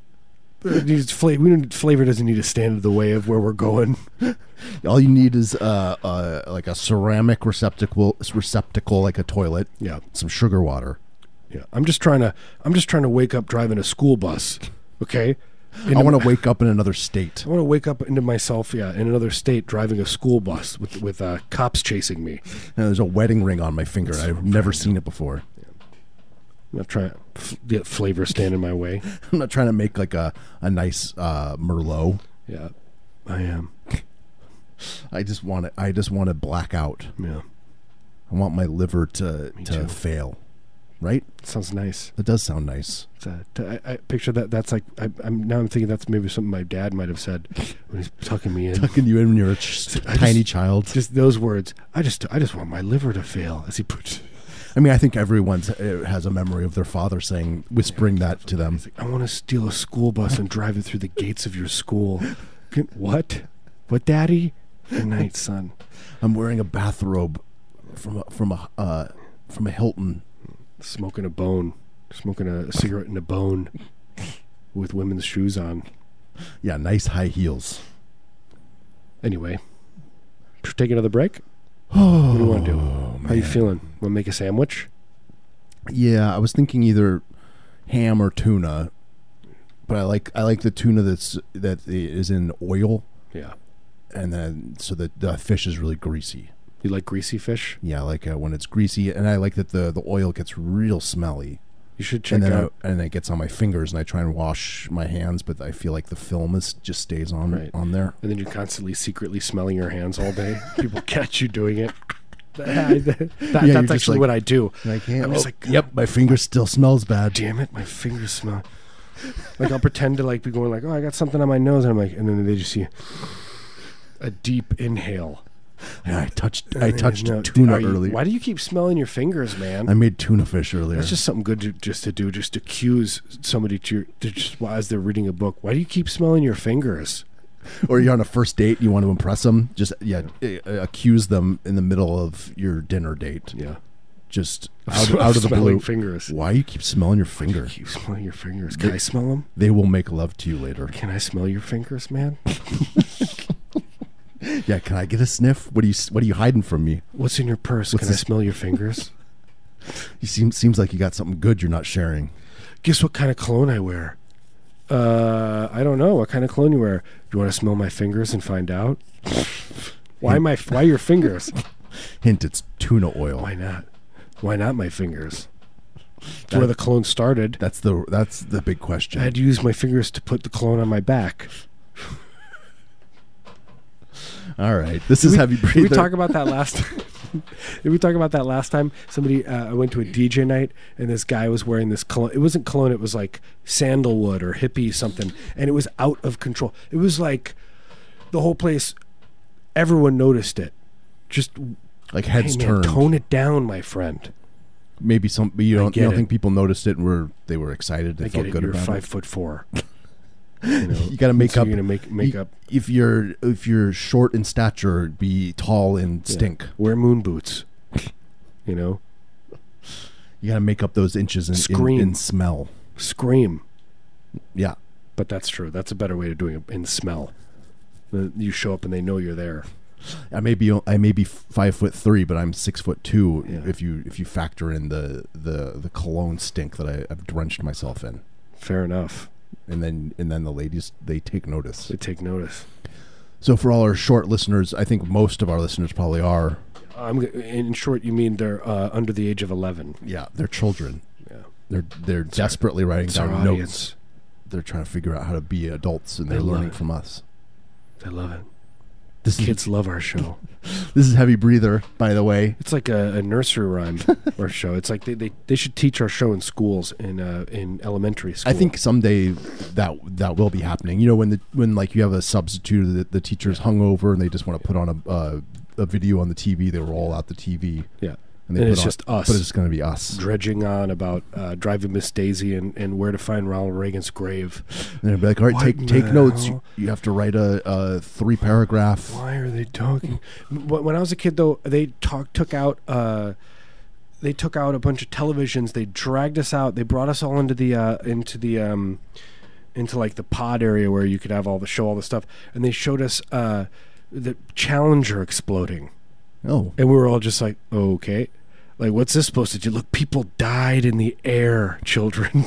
Speaker 2: It needs fla- we don't, flavor doesn't need to stand in the way of where we're going.
Speaker 3: All you need is uh, uh, like a ceramic receptacle, receptacle like a toilet.
Speaker 2: Yeah,
Speaker 3: Some sugar water.
Speaker 2: yeah. I'm just trying to. I'm just trying to wake up driving a school bus. Okay. And
Speaker 3: I want to wake up in another state.
Speaker 2: I want to wake up into myself. Yeah, in another state, driving a school bus with with uh, cops chasing me.
Speaker 3: And there's a wedding ring on my finger. I've never seen it before.
Speaker 2: I'm not trying to f- get flavor stand in my way.
Speaker 3: I'm not trying to make like a a nice uh, merlot.
Speaker 2: Yeah, I am.
Speaker 3: I just want to. I just want to black out.
Speaker 2: Yeah,
Speaker 3: I want my liver to to
Speaker 2: too.
Speaker 3: fail. Right?
Speaker 2: sounds nice.
Speaker 3: That does sound nice.
Speaker 2: It's a- t- I I picture that. That's like I, I'm now. I'm thinking that's maybe something my dad might have said when he's tucking me in.
Speaker 3: Fucking you in when you're a ch-
Speaker 2: I
Speaker 3: tiny
Speaker 2: just-
Speaker 3: child.
Speaker 2: just those words. I just I just want my liver to fail as he puts.
Speaker 3: I mean, I think everyone eh, has a memory of their father saying, whispering that to them.
Speaker 2: He's like, I want to steal a school bus and drive it through the gates of your school. Can- What? What, Daddy? Good night, son.
Speaker 3: I'm wearing a bathrobe from a, from a uh, from a Hilton.
Speaker 2: Smoking a bone, smoking a cigarette in a bone, with women's shoes on.
Speaker 3: Yeah, nice high heels.
Speaker 2: Anyway, should we take another break.
Speaker 3: Oh,
Speaker 2: What do you want to do? How you feeling? Want to make a sandwich?
Speaker 3: yeah, I was thinking either ham or tuna, but I like I like the tuna that's that is in oil,
Speaker 2: Yeah.
Speaker 3: and then so that the fish is really greasy.
Speaker 2: You like greasy fish?
Speaker 3: Yeah, I like uh, when it's greasy, and I like that the the oil gets real smelly.
Speaker 2: You should check
Speaker 3: and then
Speaker 2: out.
Speaker 3: I, and it gets on my fingers, and I try and wash my hands, but I feel like the film is just stays on
Speaker 2: Right.
Speaker 3: on there.
Speaker 2: and then you're constantly secretly smelling your hands all day. People catch you doing it. That- that-
Speaker 3: you're
Speaker 2: that's
Speaker 3: just
Speaker 2: actually
Speaker 3: like-
Speaker 2: what I Oh. do.
Speaker 3: And I can't.
Speaker 2: I'm just like,
Speaker 3: yep, my finger still smells bad.
Speaker 2: Damn it, my fingers smell. Like I'll pretend to like be going like, oh, I got something on my nose, and I'm like, and then they just see a deep inhale,
Speaker 3: I touched I touched
Speaker 2: No,
Speaker 3: tuna
Speaker 2: are you-
Speaker 3: earlier.
Speaker 2: Why do you keep smelling your fingers, man?
Speaker 3: I made tuna fish earlier.
Speaker 2: That's just something good to, just to do, just to accuse somebody to, your, to just while- as they're reading a book. Why do you keep smelling your fingers?
Speaker 3: or you're on a first date, you want to impress them, just yeah, uh, accuse them in the middle of your dinner date,
Speaker 2: Yeah,
Speaker 3: just out, out of the
Speaker 2: Smelling
Speaker 3: blue.
Speaker 2: fingers.
Speaker 3: Why you keep smelling your
Speaker 2: You
Speaker 3: finger?
Speaker 2: keep smelling your fingers. Can
Speaker 3: They-
Speaker 2: I smell them?
Speaker 3: They will make love to you later.
Speaker 2: Can I smell your fingers, man?
Speaker 3: Yeah, can I get a sniff? What are you What are you hiding from me?
Speaker 2: What's in your purse?
Speaker 3: What's
Speaker 2: Can I
Speaker 3: this?
Speaker 2: smell your fingers?
Speaker 3: You seem seems like you got something good you're not sharing.
Speaker 2: Guess what kind of cologne I wear? Uh, I don't know. What kind of cologne you wear? Do you want to smell my fingers and find out? Why my why your fingers?
Speaker 3: Hint: It's tuna oil.
Speaker 2: Why not? Why not my fingers? It's where the cologne started.
Speaker 3: That's the that's the big question.
Speaker 2: I had to use my fingers to put the cologne on my back.
Speaker 3: All right, this is
Speaker 2: we-
Speaker 3: heavy
Speaker 2: Did we
Speaker 3: breather.
Speaker 2: talk about that last? did we talk about that last time? Somebody, uh, I went to a DJ night, and this guy was wearing this cologne. It wasn't cologne; it was like sandalwood or hippie something, and it was out of control. It was like the whole place. Everyone noticed it. Just
Speaker 3: like
Speaker 2: hey
Speaker 3: heads
Speaker 2: man,
Speaker 3: turned.
Speaker 2: tone it down, my friend.
Speaker 3: Maybe some but you don't, you
Speaker 2: get
Speaker 3: don't
Speaker 2: it.
Speaker 3: think people noticed it and were they were excited. They
Speaker 2: I
Speaker 3: felt
Speaker 2: get it.
Speaker 3: good
Speaker 2: You're
Speaker 3: about
Speaker 2: five
Speaker 3: it.
Speaker 2: foot four. You, know,
Speaker 3: You got to make
Speaker 2: so
Speaker 3: up.
Speaker 2: You're gonna make make
Speaker 3: you-
Speaker 2: up.
Speaker 3: If you're if you're short in stature, be tall and
Speaker 2: Yeah.
Speaker 3: stink.
Speaker 2: Wear moon boots. You know,
Speaker 3: You got to make up those inches in, in-
Speaker 2: Scream.
Speaker 3: in, smell.
Speaker 2: scream.
Speaker 3: Yeah,
Speaker 2: But that's true. That's a better way of doing it in smell. Uh, You show up and they know you're there.
Speaker 3: I may be I may be five foot three, but I'm six foot two.
Speaker 2: Yeah.
Speaker 3: If you if you factor in the the the cologne stink that I, I've drenched myself in,
Speaker 2: Fair enough.
Speaker 3: and then and then the ladies they take notice.
Speaker 2: They take notice.
Speaker 3: So for all our short listeners, I think most of our listeners probably are.
Speaker 2: I'm g- in short, you mean they're uh, under the age of eleven.
Speaker 3: Yeah, they're children.
Speaker 2: Yeah,
Speaker 3: They're they're desperately writing
Speaker 2: it's our
Speaker 3: down notes.
Speaker 2: audience.
Speaker 3: They're trying to figure out how to be adults, and
Speaker 2: They
Speaker 3: they're
Speaker 2: love
Speaker 3: learning
Speaker 2: it.
Speaker 3: from us.
Speaker 2: They love it.
Speaker 3: This is
Speaker 2: Kids love our show.
Speaker 3: this is heavy breather, by the way.
Speaker 2: It's like a, a nursery rhyme or show. It's like they, they, they should teach our show in schools in uh, in elementary school.
Speaker 3: I think someday that that will be happening. You know, when the when like you have a substitute, the, the teacher's hungover, and they just want to put on a uh, a video on the TV. They roll out the TV,
Speaker 2: yeah.
Speaker 3: and
Speaker 2: And,
Speaker 3: they put
Speaker 2: it's
Speaker 3: on,
Speaker 2: just us
Speaker 3: But it's going to be us.
Speaker 2: dredging on about uh, driving Miss Daisy and, and where to find Ronald Reagan's grave.
Speaker 3: And they'll be like, all right,
Speaker 2: What
Speaker 3: take
Speaker 2: in
Speaker 3: take
Speaker 2: the
Speaker 3: notes. You,
Speaker 2: hell?
Speaker 3: you have to write a, a three paragraph.
Speaker 2: Why are they talking? M- wh- When I was a kid, though, they talk, took out. Uh, they took out a bunch of televisions. They dragged us out. They brought us all into the uh, into the um, into like the pod area where you could have all the show all the stuff. And they showed us uh, the Challenger exploding,
Speaker 3: Oh,
Speaker 2: and we were all just like, okay. Like what's this supposed to do? Look, people died in the air, children.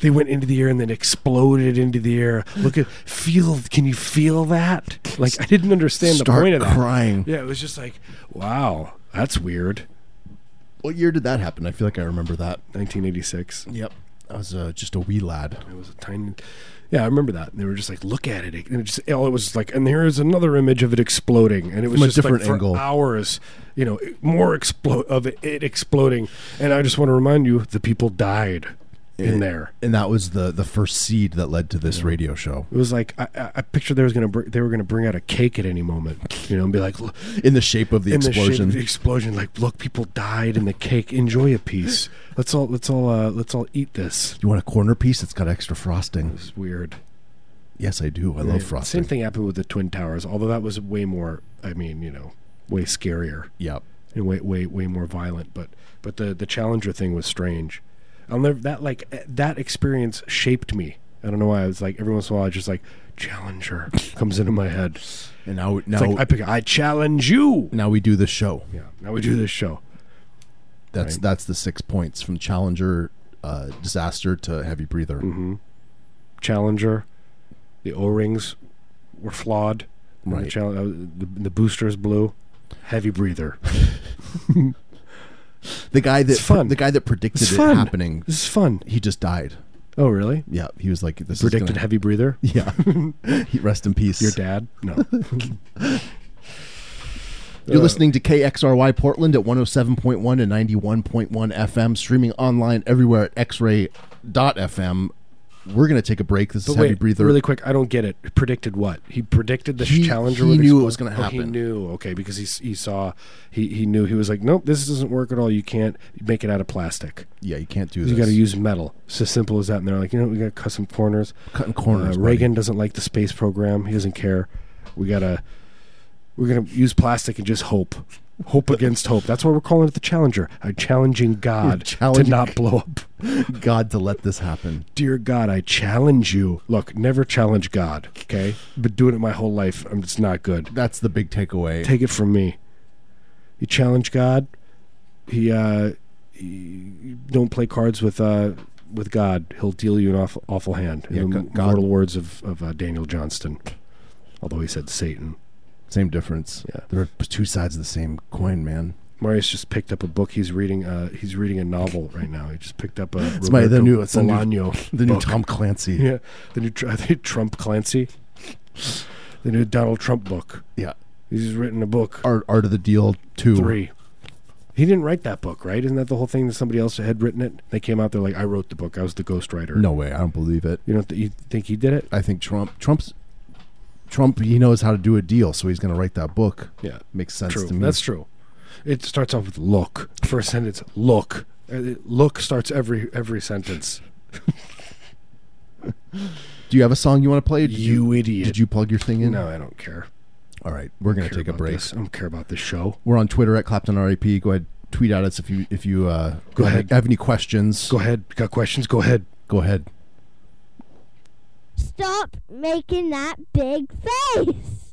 Speaker 2: they went into the air and then exploded into the air. Look at feel. Can you feel that? Like I didn't understand
Speaker 3: start
Speaker 2: the point of that.
Speaker 3: crying.
Speaker 2: Yeah, it was just like, wow, that's weird.
Speaker 3: What year did that happen? I feel like I remember that.
Speaker 2: 1986.
Speaker 3: Yep, I was uh, just a wee lad.
Speaker 2: It was a tiny. Yeah, I remember that. And they were just like, look at it, and it just all it was like, and here is another image of it exploding, and it was
Speaker 3: From a
Speaker 2: just like,
Speaker 3: different
Speaker 2: for
Speaker 3: angle.
Speaker 2: hours, you know, it- more explo- of it, it exploding. And I just want to remind you, the people died in
Speaker 3: It-
Speaker 2: there.
Speaker 3: and that was the the first seed that led to this radio show.
Speaker 2: It was like I, I, I pictured they was gonna br- they were gonna bring out a cake at any moment, you know, and be like, "Look,
Speaker 3: In the shape of the
Speaker 2: in the shape
Speaker 3: explosion,
Speaker 2: of the explosion, like look, people died in the cake. Enjoy a piece. Let's all let's all uh, let's all eat this.
Speaker 3: you want a corner piece that's got extra frosting.
Speaker 2: It's weird.
Speaker 3: Yes, I do. I love
Speaker 2: Yeah.
Speaker 3: frosting.
Speaker 2: Same thing happened with the Twin Towers, although that was way more. I mean, you know, way scarier
Speaker 3: Yep.
Speaker 2: and way way way more violent. But but the the Challenger thing was strange. I'll never that like eh, that experience shaped me. I don't know why. I was like every once in a while, I just like Challenger comes into my head. It's
Speaker 3: And now now
Speaker 2: like I pick. I challenge you.
Speaker 3: now we do the show.
Speaker 2: Yeah. Now we do this show.
Speaker 3: That's
Speaker 2: Right.
Speaker 3: that's the six points from Challenger uh, disaster to heavy breather.
Speaker 2: Mm-hmm. Challenger, the O rings were flawed. And The,
Speaker 3: Right.
Speaker 2: chal- uh, the, the boosters blew. Heavy breather.
Speaker 3: The guy that
Speaker 2: It's fun.
Speaker 3: the guy that predicted
Speaker 2: It's
Speaker 3: it
Speaker 2: fun.
Speaker 3: happening,
Speaker 2: This is fun.
Speaker 3: he just died.
Speaker 2: Oh, really?
Speaker 3: Yeah, he was like this
Speaker 2: Predicted
Speaker 3: is
Speaker 2: heavy breather.
Speaker 3: gonna, Yeah. He- Rest in peace.
Speaker 2: Your dad? No.
Speaker 3: You're
Speaker 2: Uh,
Speaker 3: listening to KXRY Portland at 107.1 and 91.1 FM, streaming online everywhere at xray.fm we're gonna take a break. This is
Speaker 2: Wait,
Speaker 3: heavy breather.
Speaker 2: really quick. I don't get it. Predicted what? He predicted the
Speaker 3: He-
Speaker 2: challenger.
Speaker 3: he
Speaker 2: would
Speaker 3: knew it was
Speaker 2: explode?
Speaker 3: gonna
Speaker 2: Oh, he
Speaker 3: happen.
Speaker 2: knew, okay, because he s- he saw he he knew he was like, nope, this doesn't work at all. You can't make it out of plastic.
Speaker 3: yeah, you can't do this.
Speaker 2: You got to use metal. It's as simple as that. And they're like, you know, we got to cut some corners.
Speaker 3: cutting corners.
Speaker 2: Uh,
Speaker 3: buddy.
Speaker 2: Reagan doesn't like the space program. He doesn't care. We gotta we're gonna use plastic and just hope. Hope against hope. That's why we're calling it the Challenger. A challenging God
Speaker 3: challenging-
Speaker 2: to not blow up.
Speaker 3: God to let this happen.
Speaker 2: Dear God, I challenge you. Look, never challenge God. Okay, been doing it my whole life. I'm, it's not good.
Speaker 3: That's the big takeaway.
Speaker 2: Take it from me. You challenge God. He, uh, he- don't play cards with uh, with God. He'll deal you an awful, awful hand. In
Speaker 3: Yeah,
Speaker 2: the
Speaker 3: Go- God-
Speaker 2: mortal words of of uh, Daniel Johnston, although he said Satan.
Speaker 3: Same difference.
Speaker 2: Yeah.
Speaker 3: There are two sides of the same coin, man.
Speaker 2: Marius just picked up a book. He's reading. Uh, he's reading a novel right now. He just picked up a.
Speaker 3: It's my- the
Speaker 2: Roberto
Speaker 3: new- it's the new-
Speaker 2: Bolaño
Speaker 3: The new
Speaker 2: book.
Speaker 3: Tom Clancy.
Speaker 2: Yeah, the new Tr- the Trump Clancy, the new Donald Trump book.
Speaker 3: Yeah.
Speaker 2: He's written a book
Speaker 3: Art, Art of the Deal two.
Speaker 2: three. He didn't write that book, right? Isn't that the whole thing that somebody else had written it? They came out, they're like, "I wrote the book. I was the ghostwriter."
Speaker 3: No way. I don't believe it.
Speaker 2: you don't. Th- you think he did it?
Speaker 3: I think Trump. Trump's. Trump. He knows how to do a deal, so he's gonna write that book.
Speaker 2: Yeah,
Speaker 3: Makes sense
Speaker 2: true.
Speaker 3: to me.
Speaker 2: That's true. It starts off with "look." First sentence, "look." Uh, it- Look starts every every sentence.
Speaker 3: do you have a song you want to play? Did
Speaker 2: You idiot.
Speaker 3: Did you plug your thing in?
Speaker 2: no, I don't care.
Speaker 3: All right, we're gonna
Speaker 2: Care
Speaker 3: take a
Speaker 2: about
Speaker 3: break.
Speaker 2: this. I don't care about this show.
Speaker 3: We're on Twitter at Clapton RAP. Go ahead, tweet at us if you if you uh,
Speaker 2: Go
Speaker 3: have-
Speaker 2: ahead.
Speaker 3: have any questions.
Speaker 2: Go ahead. Got questions? Go ahead.
Speaker 3: Go ahead.
Speaker 4: Stop making that big face.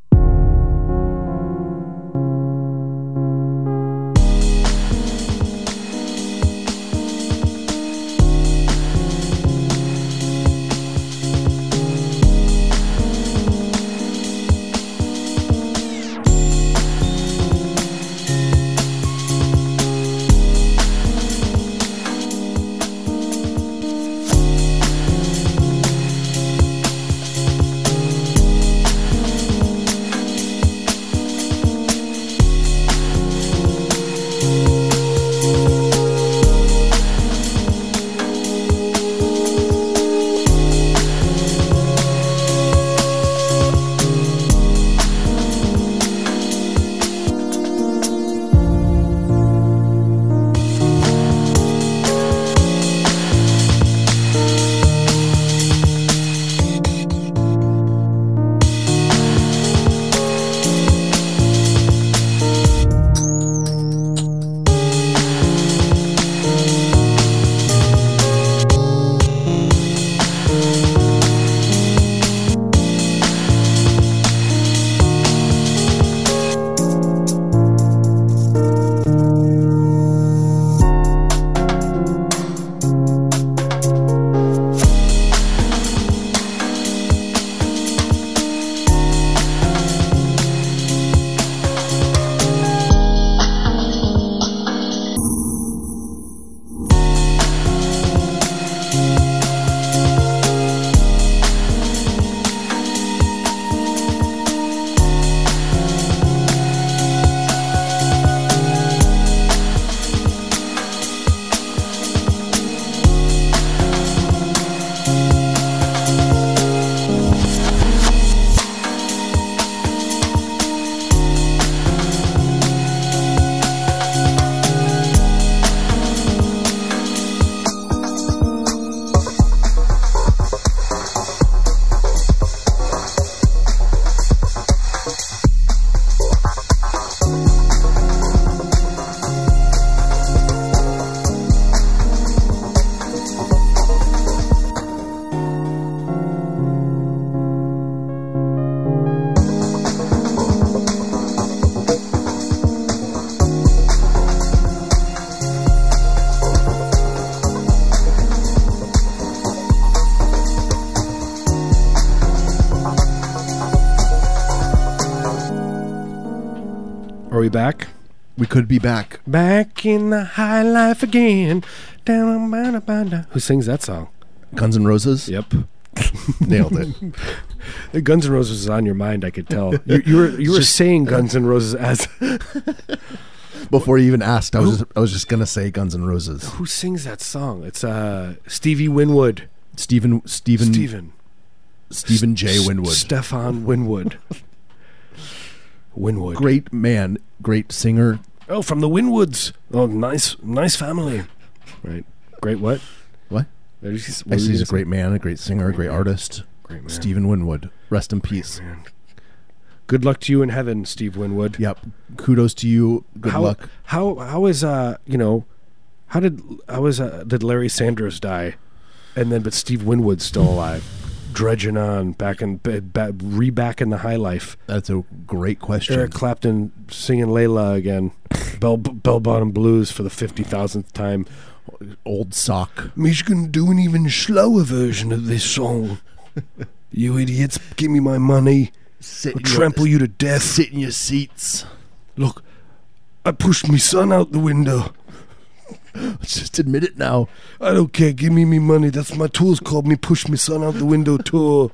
Speaker 2: Are we back?
Speaker 3: We could be back.
Speaker 2: Back in the high life again. Down on bada bada. Who sings that song?
Speaker 3: Guns N' Roses.
Speaker 2: Yep.
Speaker 3: Nailed it.
Speaker 2: The Guns N' Roses is on your mind. I could tell. You, you were you were
Speaker 3: uh,
Speaker 2: saying Guns N' Roses as
Speaker 3: Before you even asked, I was just, I was just gonna say Guns N' Roses.
Speaker 2: who sings that song? It's uh Stevie Winwood.
Speaker 3: Stephen Stephen
Speaker 2: Steven.
Speaker 3: Stephen J. Winwood.
Speaker 2: Stefan Winwood. Winwood.
Speaker 3: great man, great singer.
Speaker 2: Oh, from the Winwoods. Oh, nice, nice family. Right. Great what?
Speaker 3: What?
Speaker 2: What did you s- what
Speaker 3: I
Speaker 2: were
Speaker 3: see
Speaker 2: you
Speaker 3: he's a
Speaker 2: gonna
Speaker 3: great man, a great singer, a great artist.
Speaker 2: say? Great man.
Speaker 3: Stephen Winwood. Rest in peace.
Speaker 2: Man. Good luck to you in heaven, Steve Winwood.
Speaker 3: Yep. Kudos to you. Good
Speaker 2: how,
Speaker 3: luck.
Speaker 2: How how is uh you know how did how is uh, did Larry Sanders die, and then but Steve Winwood's still alive, dredging on back in ba- ba- re back in the high life.
Speaker 3: That's a great question.
Speaker 2: Eric Clapton singing Layla again, bell bell bottom blues for the fifty thousandth time.
Speaker 3: Old sock.
Speaker 2: Me's gonna do an even slower version of this song. you idiots, give me my money.
Speaker 3: Sit
Speaker 2: I'll trample you to death.
Speaker 3: sit in your seats.
Speaker 2: Look, I pushed my son out the window.
Speaker 3: Just admit it now.
Speaker 2: I don't care. Give me me money. That's my tools called me Push Me Son Out the Window tour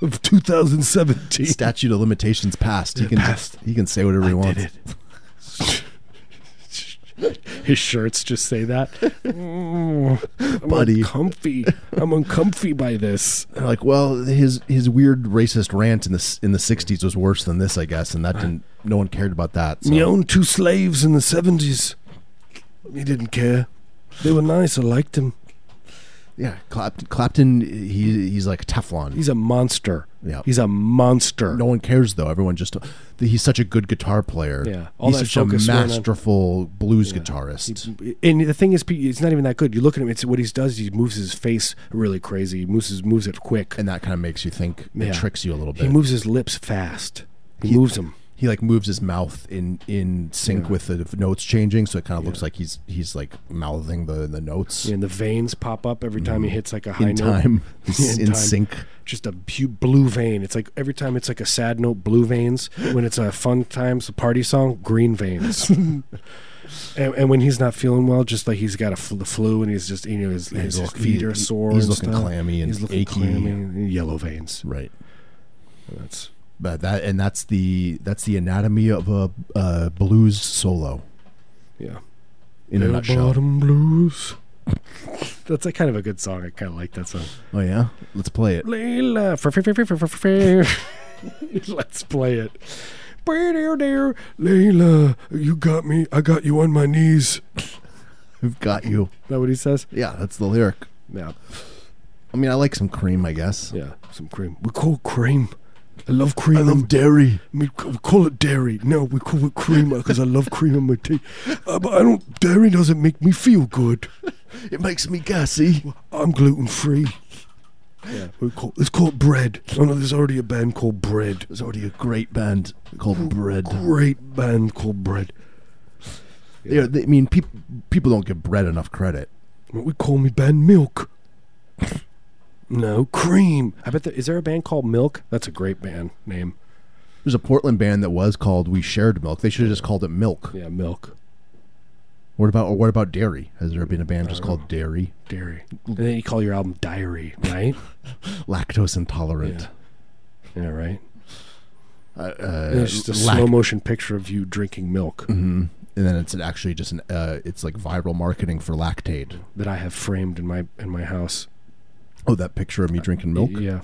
Speaker 2: of 2017.
Speaker 3: Statute of limitations passed. He can
Speaker 2: Passed.
Speaker 3: he can say whatever he wants.
Speaker 2: His shirts just say that. Mm. I'm
Speaker 3: Buddy.
Speaker 2: uncomfy. I'm uncomfy by this.
Speaker 3: They're like, well, his his weird racist rant in the s- in the '60s was worse than this, I guess, and that didn't. No one cared about that. So.
Speaker 2: Me owned two slaves in the 70s. He didn't care. They were nice. I liked them.
Speaker 3: Yeah, Clapton. Clapton. He he's like Teflon.
Speaker 2: He's a monster.
Speaker 3: yeah.
Speaker 2: He's a monster.
Speaker 3: no one cares though. Everyone just he's such a good guitar player.
Speaker 2: Yeah. All
Speaker 3: he's
Speaker 2: that
Speaker 3: such a
Speaker 2: focus went on-
Speaker 3: masterful blues
Speaker 2: Yeah.
Speaker 3: guitarist.
Speaker 2: And the thing is, Pete, it's not even that good. You look at him; it's what he does. He moves his face really crazy. He moves his, moves it quick.
Speaker 3: and that kind of makes you think.
Speaker 2: Yeah.
Speaker 3: It tricks you a little bit.
Speaker 2: He moves his lips fast. He,
Speaker 3: He-
Speaker 2: moves them.
Speaker 3: he like moves his mouth in in sync
Speaker 2: Yeah.
Speaker 3: with the notes changing, so it kind of looks
Speaker 2: Yeah.
Speaker 3: like he's he's like mouthing the the notes
Speaker 2: And the veins pop up every time he hits like a high
Speaker 3: Mm-hmm. in
Speaker 2: note.
Speaker 3: time, in,
Speaker 2: In time.
Speaker 3: sync.
Speaker 2: Just a pu- blue vein. It's like every time it's like a sad note, blue veins. When it's a fun times, a party song, green veins. and, and when he's not feeling well, just like he's got a fl- the flu and he's just, you know, his,
Speaker 3: Yeah,
Speaker 2: his
Speaker 3: he's look-
Speaker 2: feet
Speaker 3: he-
Speaker 2: are sore.
Speaker 3: He's
Speaker 2: and
Speaker 3: looking
Speaker 2: stuff.
Speaker 3: clammy and
Speaker 2: He's looking
Speaker 3: achy.
Speaker 2: clammy and yellow veins.
Speaker 3: Right.
Speaker 2: That's
Speaker 3: But that and that's the that's the anatomy of a uh, blues solo
Speaker 2: yeah.
Speaker 3: in a
Speaker 2: Bell
Speaker 3: nutshell.
Speaker 2: Bottom Blues. That's a kind of a good song. I kind of like that song.
Speaker 3: Oh yeah, let's play it.
Speaker 2: Layla. fr- fr- fr- fr- fr- fr- fr- Let's play it. Layla, Layla, you got me. I got you on my knees.
Speaker 3: We've got you.
Speaker 2: Is that what he says?
Speaker 3: Yeah, that's the lyric.
Speaker 2: Yeah.
Speaker 3: I mean, I like some cream, I guess.
Speaker 2: Yeah. Some cream. We call it cream. I love cream.
Speaker 3: I love dairy.
Speaker 2: We c- we call it dairy. No, we call it cream because I love cream in my tea. Uh, but I don't. Dairy doesn't make me feel good.
Speaker 3: It makes me gassy.
Speaker 2: I'm gluten free. Yeah. We call, it's called bread. Oh no, there's already a band called Bread.
Speaker 3: There's already a great band called Bread.
Speaker 2: Great band called Bread.
Speaker 3: Yeah, they- I mean, peop people don't give Bread enough credit.
Speaker 2: We call me band Milk. No cream. I bet there, is there a band called Milk? That's a great band name.
Speaker 3: There's a Portland band that was called We Shared Milk. They should have just called it Milk.
Speaker 2: Yeah, Milk
Speaker 3: What about or what about Dairy? Has there been a band just called Dairy?
Speaker 2: Dairy. And then you call your album Diary, right?
Speaker 3: Lactose intolerant.
Speaker 2: yeah, right.
Speaker 3: Uh, uh,
Speaker 2: And it's just a
Speaker 3: lac-
Speaker 2: slow motion picture of you drinking milk
Speaker 3: Mhm. And then it's an- actually just an uh, it's like viral marketing for Lactaid.
Speaker 2: that I have framed in my in my house.
Speaker 3: Oh, that picture of me drinking milk.
Speaker 2: Yeah,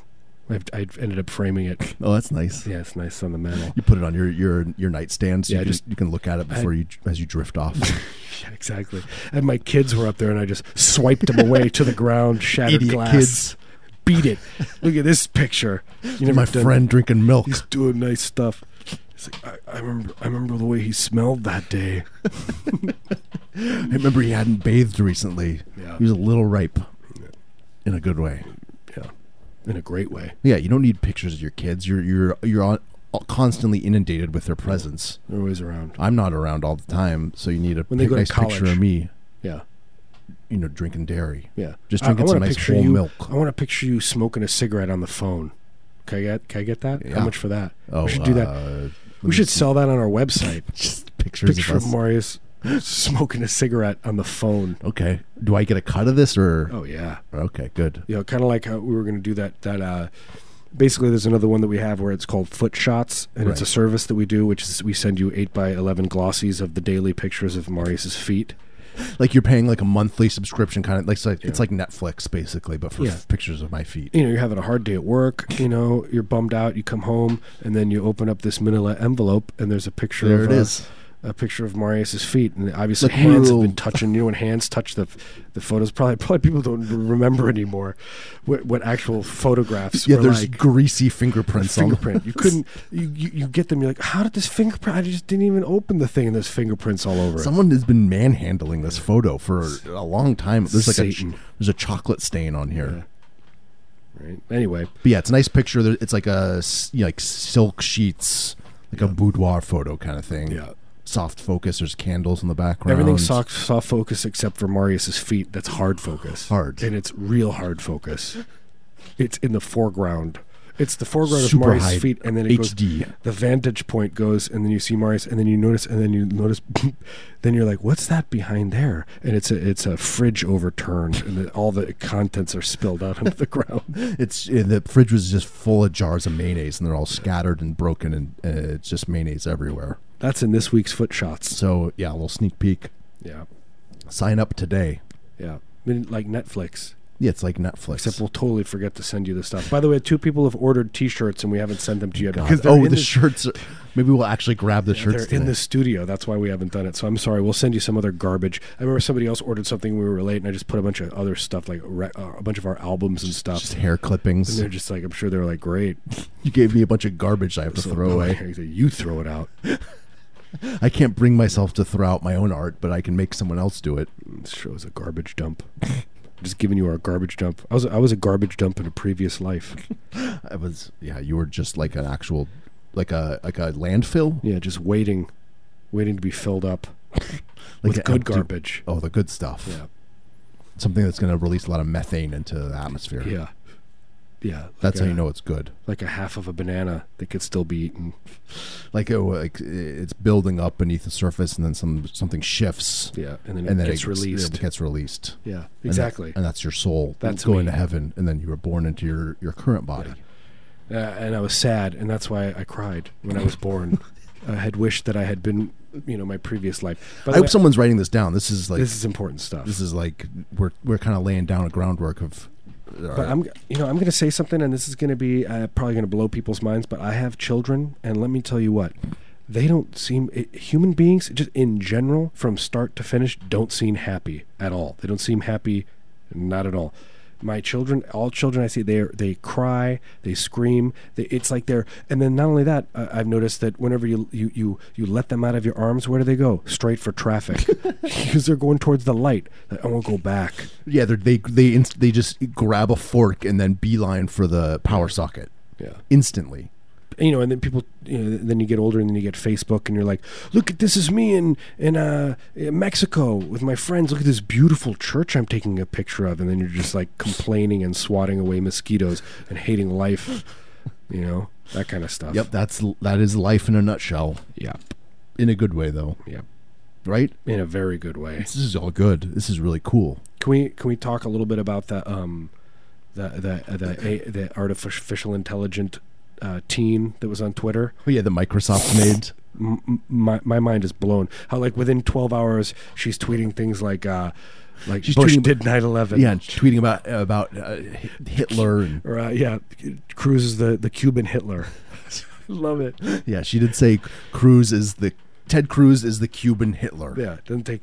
Speaker 2: I've, I ended up framing it.
Speaker 3: Oh, that's nice.
Speaker 2: Yeah, it's nice on the mantle.
Speaker 3: You put it on your your your nightstand, so
Speaker 2: Yeah,
Speaker 3: you
Speaker 2: I
Speaker 3: can,
Speaker 2: just-
Speaker 3: you can look at it
Speaker 2: I-
Speaker 3: before you as you drift off.
Speaker 2: Yeah, exactly. And my kids were up there, and I just swiped them away to the ground, shattered
Speaker 3: Idiot
Speaker 2: glass.
Speaker 3: kids.
Speaker 2: Beat it. Look at this picture. You never
Speaker 3: My
Speaker 2: done-
Speaker 3: friend drinking milk.
Speaker 2: He's doing nice stuff. He's like, I, I remember. I remember the way he smelled that day.
Speaker 3: I remember he hadn't bathed recently.
Speaker 2: Yeah,
Speaker 3: He was a little ripe, in a good way.
Speaker 2: in a great way.
Speaker 3: Yeah, you don't need pictures of your kids. You're you're you're on, constantly inundated with their presence.
Speaker 2: They're always around.
Speaker 3: I'm not around all the time, so you need a
Speaker 2: When they
Speaker 3: pic-
Speaker 2: go to
Speaker 3: nice picture
Speaker 2: college.
Speaker 3: of me.
Speaker 2: Yeah,
Speaker 3: You know, drinking dairy,
Speaker 2: yeah.
Speaker 3: just
Speaker 2: I- I
Speaker 3: drinking some
Speaker 2: wanna
Speaker 3: nice
Speaker 2: picture
Speaker 3: whole
Speaker 2: you-
Speaker 3: milk.
Speaker 2: I want to picture you smoking a cigarette on the phone. Can I get? Can I get that?
Speaker 3: Yeah.
Speaker 2: How much for that?
Speaker 3: Oh,
Speaker 2: we should do that.
Speaker 3: uh, let
Speaker 2: We
Speaker 3: me
Speaker 2: should
Speaker 3: see.
Speaker 2: sell that on our website.
Speaker 3: just pictures
Speaker 2: Picture
Speaker 3: of
Speaker 2: of
Speaker 3: us.
Speaker 2: Marius smoking a cigarette on the phone.
Speaker 3: Okay, do I get a cut of this or?
Speaker 2: Oh yeah.
Speaker 3: Okay, good.
Speaker 2: you know, kind of like how we were going to do that. That uh, basically, there's another one that we have where it's called Foot Shots, and it's a
Speaker 3: Right.
Speaker 2: service that we do, which is we send you eight by eleven glossies of the daily pictures of Marius's feet,
Speaker 3: like you're paying like a monthly subscription kind of like it's like, it's like Netflix basically, but for
Speaker 2: Yeah.
Speaker 3: f- pictures of my feet.
Speaker 2: you know, you're having a hard day at work, you know, you're bummed out, you come home, and then you open up this manila envelope, and there's a picture
Speaker 3: There
Speaker 2: of
Speaker 3: it
Speaker 2: uh,
Speaker 3: is.
Speaker 2: a picture of Marius's feet, and obviously
Speaker 3: Like
Speaker 2: hands have
Speaker 3: real-
Speaker 2: been touching. You know, when hands touch the the photos, probably probably people don't remember anymore what, what actual photographs.
Speaker 3: Yeah,
Speaker 2: were
Speaker 3: there's
Speaker 2: like.
Speaker 3: greasy fingerprints on them.
Speaker 2: fingerprint. You couldn't. You, you you get them. You're like, how did this fingerprint? I just didn't even open the thing, and there's fingerprints all over it.
Speaker 3: Someone has been manhandling this photo for a long time. There's like a
Speaker 2: Satan.
Speaker 3: ch- there's a chocolate stain on here.
Speaker 2: Right. Anyway,
Speaker 3: But yeah, it's a nice picture. There- It's like a s- you know, like silk sheets, like a boudoir photo kind of thing.
Speaker 2: Yeah.
Speaker 3: Soft focus. There's candles in the background.
Speaker 2: everything's soft, soft focus except for Marius's feet. That's hard focus.
Speaker 3: Hard.
Speaker 2: and it's real hard focus. It's in the foreground. It's the foreground
Speaker 3: Super
Speaker 2: of Marius's
Speaker 3: high
Speaker 2: feet, and then it goes
Speaker 3: HD.
Speaker 2: the vantage point goes and then you see Marius and then you notice and then you notice then you're like what's that behind there and it's a it's a fridge overturned and the, all the contents are spilled out onto the ground
Speaker 3: It's uh, the fridge was just full of jars of mayonnaise, and they're all scattered and broken, and uh, it's just mayonnaise everywhere.
Speaker 2: that's in this week's foot shots
Speaker 3: So yeah, a little sneak peek.
Speaker 2: yeah
Speaker 3: Sign up today.
Speaker 2: yeah I mean, like Netflix
Speaker 3: Yeah, it's like Netflix.
Speaker 2: except we'll totally forget to send you the stuff by the way two people have ordered t-shirts and we haven't sent them to you yet
Speaker 3: God.
Speaker 2: because they're
Speaker 3: oh,
Speaker 2: in
Speaker 3: the
Speaker 2: this-
Speaker 3: shirts. Are, maybe we'll actually grab the shirts.
Speaker 2: They're in
Speaker 3: today.
Speaker 2: the studio. That's why we haven't done it. So I'm sorry. We'll send you some other garbage. I remember somebody else ordered something. We were late, and I just put a bunch of other stuff, like re- uh, a bunch of our albums and stuff.
Speaker 3: just hair
Speaker 2: And
Speaker 3: clippings.
Speaker 2: they're just like, I'm sure they were like, great.
Speaker 3: You gave me a bunch of garbage I have to
Speaker 2: So
Speaker 3: throw away.
Speaker 2: You throw it out.
Speaker 3: I can't bring myself to throw out my own art, but I can make someone else do it.
Speaker 2: This show is a garbage dump. Just giving you our garbage dump. I was I was a garbage dump in a previous life.
Speaker 3: I was yeah, you were just like an actual like a like a landfill.
Speaker 2: Yeah, just waiting, waiting to be filled up
Speaker 3: Like
Speaker 2: with
Speaker 3: an
Speaker 2: good
Speaker 3: empty-
Speaker 2: garbage.
Speaker 3: Oh, the good stuff.
Speaker 2: Yeah,
Speaker 3: Something that's gonna release a lot of methane into the atmosphere.
Speaker 2: yeah, yeah.
Speaker 3: That's
Speaker 2: like
Speaker 3: how
Speaker 2: a-
Speaker 3: you know it's good.
Speaker 2: Like a half of a banana that could still be eaten.
Speaker 3: Like, it, like it's building up beneath the surface, and then some something shifts,
Speaker 2: Yeah, and then
Speaker 3: and
Speaker 2: it
Speaker 3: then
Speaker 2: gets
Speaker 3: it
Speaker 2: released.
Speaker 3: It gets released.
Speaker 2: yeah,
Speaker 3: And that-
Speaker 2: exactly.
Speaker 3: And, that's your soul.
Speaker 2: That's
Speaker 3: going
Speaker 2: me.
Speaker 3: to heaven, and then you were born into your your current body.
Speaker 2: uh, and I was sad, and that's why I cried when I was born. I had wished that I had been, you know, my previous life. By
Speaker 3: I
Speaker 2: the
Speaker 3: hope
Speaker 2: way,
Speaker 3: someone's writing this down. This is like
Speaker 2: this is important stuff.
Speaker 3: this is like we're we're kind of laying down a groundwork of. uh,
Speaker 2: But I'm, you know, I'm going to say something, and this is going to be uh, probably going to blow people's minds. But I have children, and let me tell you what, they don't seem it, human beings. Just in general, from start to finish, don't seem happy at all. They don't seem happy, not at all. My children, all children I see, they they cry, they scream. They, it's like they're, and then not only that, uh, I've noticed that whenever you, you you you let them out of your arms, where do they go? Straight for traffic, because they're going towards the light. Like, I won't go back.
Speaker 3: Yeah, they're, they they inst- they just grab a fork and then beeline for the power socket
Speaker 2: Yeah.
Speaker 3: instantly.
Speaker 2: you know, and then people, you know, then you get older, and then you get Facebook, and you're like, look at this is me in in uh, in Mexico with my friends. Look at this beautiful church I'm taking a picture of, and then you're just like complaining and swatting away mosquitoes and hating life, you know, that kind of stuff.
Speaker 3: Yep, that's that is life in a nutshell,
Speaker 2: Yep.
Speaker 3: in a good way though,
Speaker 2: Yep.
Speaker 3: right?
Speaker 2: In a very good way.
Speaker 3: This is all good. This is really cool.
Speaker 2: Can we can we talk a little bit about the um, the the the a, the artificial intelligent uh, teen that was on Twitter?
Speaker 3: Oh yeah, the Microsoft made.
Speaker 2: m- m- my my mind is blown. How like within 12 hours she's tweeting things like uh like
Speaker 3: She's
Speaker 2: Bush
Speaker 3: tweeting-
Speaker 2: did 9/11.
Speaker 3: Yeah, and tweeting about about uh, Hi- Hitler and
Speaker 2: Or uh, yeah, Cruz is the the Cuban Hitler. Love it.
Speaker 3: yeah, she did say Cruz is the Ted Cruz is the Cuban Hitler.
Speaker 2: Yeah, doesn't take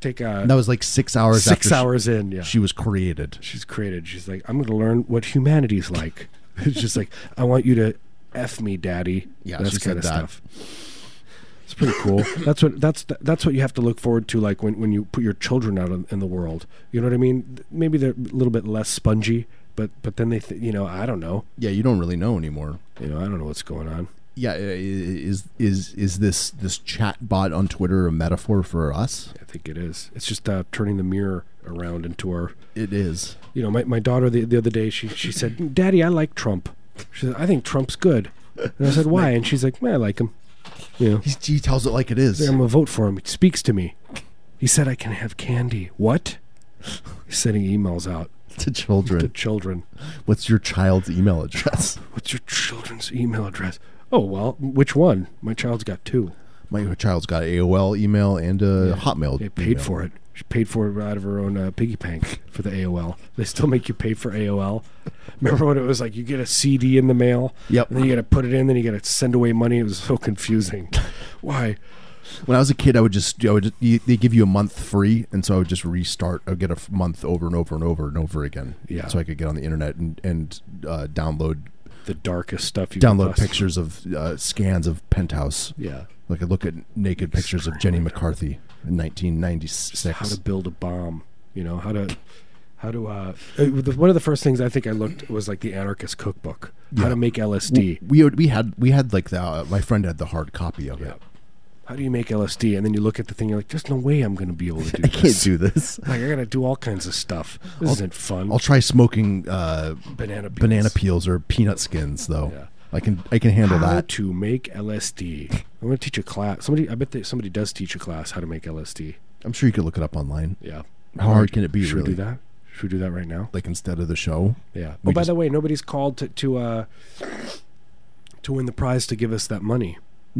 Speaker 2: take uh
Speaker 3: And that was like six hours.
Speaker 2: 6
Speaker 3: after she-
Speaker 2: hours in, yeah.
Speaker 3: She, was created.
Speaker 2: she's created. She's like I'm going to learn what humanity's like. it's just like I want you to f me daddy.
Speaker 3: Yeah,
Speaker 2: that's
Speaker 3: she said
Speaker 2: kind of
Speaker 3: that.
Speaker 2: stuff. It's pretty cool. that's what that's th- that's what you have to look forward to, like when, when you put your children out in, in the world. You know what I mean? Maybe they're a little bit less spongy, but but then they, th- you know, I don't know.
Speaker 3: Yeah, you don't really know anymore.
Speaker 2: You know, I don't know what's going on.
Speaker 3: yeah i- i- is is is this this chat bot on twitter a metaphor for us
Speaker 2: I think it is. It's just uh, turning the mirror around into our.
Speaker 3: it is
Speaker 2: You know, my, my daughter the, the other day she she said, "Daddy, I like Trump." She said, "I think Trump's good," and I said, "Why?" And she's like, "Man, I like him." You know,
Speaker 3: he, he tells it like it is
Speaker 2: I'm gonna vote for him. It speaks to me. He said I can have candy. What? He's sending emails out to
Speaker 3: to children
Speaker 2: children.
Speaker 3: what's your child's email address
Speaker 2: What's your children's email address? Oh well, which one? My child's got two.
Speaker 3: My child's got AOL email and a Hotmail.
Speaker 2: They paid for it. She paid for it out of her own uh, piggy bank for the AOL. They still make you pay for AOL. Remember when it was like you get a CD in the mail,
Speaker 3: Yep.
Speaker 2: and then you got to put it in, then you got to send away money. It was so confusing. Why?
Speaker 3: When I was a kid, I would just I would just, you- they give you a month free, and so I would just restart. I would get a f- month over and over and over and over again.
Speaker 2: Yeah.
Speaker 3: So I could get on the internet and and uh, download
Speaker 2: The darkest stuff you could
Speaker 3: download
Speaker 2: possibly-
Speaker 3: pictures of uh, scans of Penthouse.
Speaker 2: Yeah.
Speaker 3: Like I look at naked pictures of Jenny McCarthy in
Speaker 2: how
Speaker 3: 1996.
Speaker 2: to build a bomb. You know how to how to. Uh, it was the- one of the first things I think I looked was like the anarchist cookbook. How
Speaker 3: Yeah.
Speaker 2: to make LSD.
Speaker 3: We had- we had we had like the uh, my friend had the hard copy of it.
Speaker 2: How do you make LSD? And then you look at the thing, you're like, "There's no way I'm going to be able to do
Speaker 3: I
Speaker 2: this.
Speaker 3: can't do this.
Speaker 2: Like I gotta do all kinds of stuff. This isn't fun.
Speaker 3: I'll try smoking uh,
Speaker 2: banana peels.
Speaker 3: banana peels or peanut skins though.
Speaker 2: Yeah.
Speaker 3: I can I can handle
Speaker 2: How
Speaker 3: that.
Speaker 2: to make LSD? I'm gonna teach a class. Somebody, I bet that somebody does teach a class how to make LSD.
Speaker 3: I'm sure you could look it up online.
Speaker 2: Yeah.
Speaker 3: How hard can it be?
Speaker 2: Should
Speaker 3: really?
Speaker 2: we do that? Should we do that right now?
Speaker 3: Like instead of the show,
Speaker 2: Yeah. Oh,
Speaker 3: We
Speaker 2: by
Speaker 3: just-
Speaker 2: the way, nobody's called to to uh to win the prize to give us that money.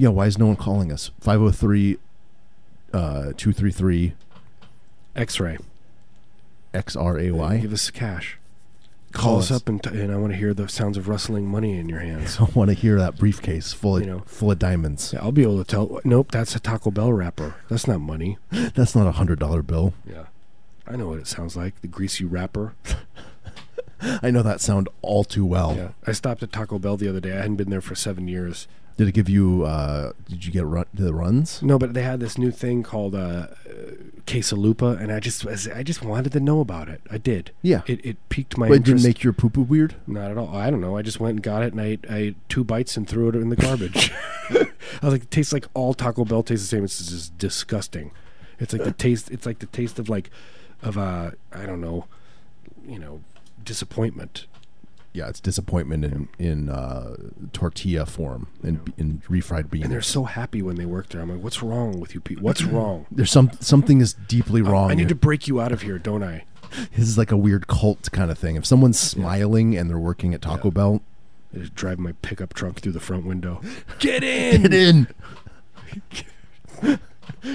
Speaker 3: yeah. Why is no one calling us? 503 uh, 233
Speaker 2: X-ray.
Speaker 3: XRAY.
Speaker 2: Give us cash.
Speaker 3: Call
Speaker 2: Call us
Speaker 3: us.
Speaker 2: up and, t- and I want to hear the sounds of rustling money in your hands.
Speaker 3: I want to hear that briefcase full of
Speaker 2: You know.
Speaker 3: full of diamonds.
Speaker 2: Yeah, I'll be able to tell. Nope, that's a Taco Bell wrapper. That's not money.
Speaker 3: That's not a hundred dollar bill.
Speaker 2: Yeah. I know what it sounds like. The greasy wrapper.
Speaker 3: I know that sound all too well.
Speaker 2: Yeah, I stopped at Taco Bell the other day. I hadn't been there for seven years.
Speaker 3: Did it give you? Uh, did you get run, the runs?
Speaker 2: No, but they had this new thing called uh, uh, quesalupa, and I just was- I just wanted to know about it. I did.
Speaker 3: Yeah.
Speaker 2: It, it piqued my
Speaker 3: But it didn't
Speaker 2: interest.
Speaker 3: make your poo poo weird.
Speaker 2: Not at all. I don't know. I just went and got it, and I ate, I ate two bites and threw it in the garbage. I was like, it tastes like all Taco Bell tastes the same. It's just disgusting. It's like the taste. It's like the taste of like of uh I don't know, you know, disappointment.
Speaker 3: Yeah, it's disappointment in in uh, tortilla form and in, refried beans.
Speaker 2: And they're so happy when they work there. I'm like, what's wrong with you people? What's wrong?
Speaker 3: There's some something is deeply wrong.
Speaker 2: I need to break you out of here, don't I?
Speaker 3: This is like a weird cult kind of thing. If someone's smiling and they're working at Taco Bell,
Speaker 2: I just drive my pickup truck through the front window. Get in!
Speaker 3: get in,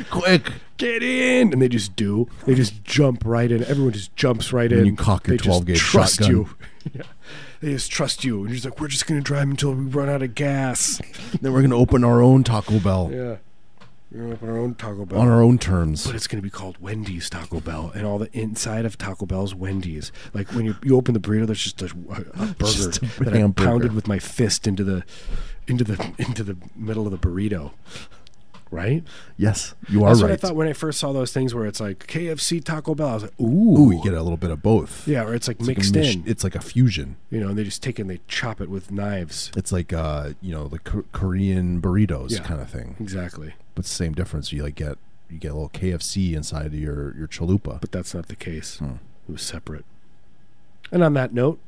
Speaker 3: quick.
Speaker 2: Get in! And they just do. They just jump right in. Everyone just jumps right in.
Speaker 3: you cock your
Speaker 2: They just
Speaker 3: 12 gauge
Speaker 2: trust
Speaker 3: shotgun.
Speaker 2: you. yeah. They just trust you. And you're just like, we're just going to drive until we run out of gas.
Speaker 3: Then we're gonna open our own Taco Bell
Speaker 2: Yeah. We're going to open our own Taco Bell.
Speaker 3: on our own terms.
Speaker 2: but it's going to be called Wendy's Taco Bell, and all the inside of Taco Bell's Wendy's. Like when you, you open the burrito, there's just a, a burger
Speaker 3: Just a
Speaker 2: that I
Speaker 3: hamburger.
Speaker 2: pounded with my fist into the into the into the middle of the burrito. Right?
Speaker 3: Yes, you are
Speaker 2: That's what I
Speaker 3: right.
Speaker 2: thought when I first saw those things where it's like KFC Taco Bell. I was like, ooh,
Speaker 3: Ooh, you get a little bit of both.
Speaker 2: yeah, or it's like
Speaker 3: It's like a
Speaker 2: mixed
Speaker 3: mish-
Speaker 2: in.
Speaker 3: It's like a fusion.
Speaker 2: you know, and they just take it and they chop it with knives.
Speaker 3: It's like uh, you know, the K- Korean burritos
Speaker 2: Yeah.
Speaker 3: kind of thing.
Speaker 2: Exactly,
Speaker 3: But it's the same difference. You like get you get a little KFC inside of your your chalupa.
Speaker 2: but that's not the case. It was separate. And on that note,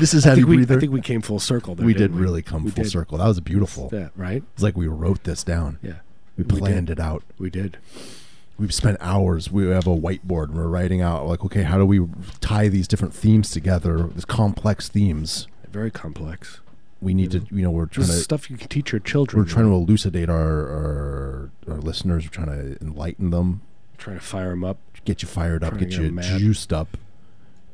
Speaker 3: This is how
Speaker 2: I
Speaker 3: you
Speaker 2: think, we, I
Speaker 3: breather.
Speaker 2: think we came full circle. There,
Speaker 3: we did
Speaker 2: didn't we?
Speaker 3: really come
Speaker 2: We
Speaker 3: full
Speaker 2: did.
Speaker 3: circle. That was beautiful.
Speaker 2: That right?
Speaker 3: It's like we wrote this down.
Speaker 2: Yeah, We
Speaker 3: We
Speaker 2: did.
Speaker 3: planned it out.
Speaker 2: we did.
Speaker 3: We've spent hours. We have a whiteboard and we're writing out like, okay, how do we tie these different themes together? These complex themes.
Speaker 2: Very complex.
Speaker 3: We need to, you know, we're trying
Speaker 2: This is
Speaker 3: to
Speaker 2: stuff you can teach your children.
Speaker 3: we're trying to elucidate our our, our listeners. We're trying to enlighten them,
Speaker 2: trying to fire them up.
Speaker 3: get you fired up,
Speaker 2: Trying to
Speaker 3: get
Speaker 2: get
Speaker 3: you
Speaker 2: 'em mad.
Speaker 3: juiced up,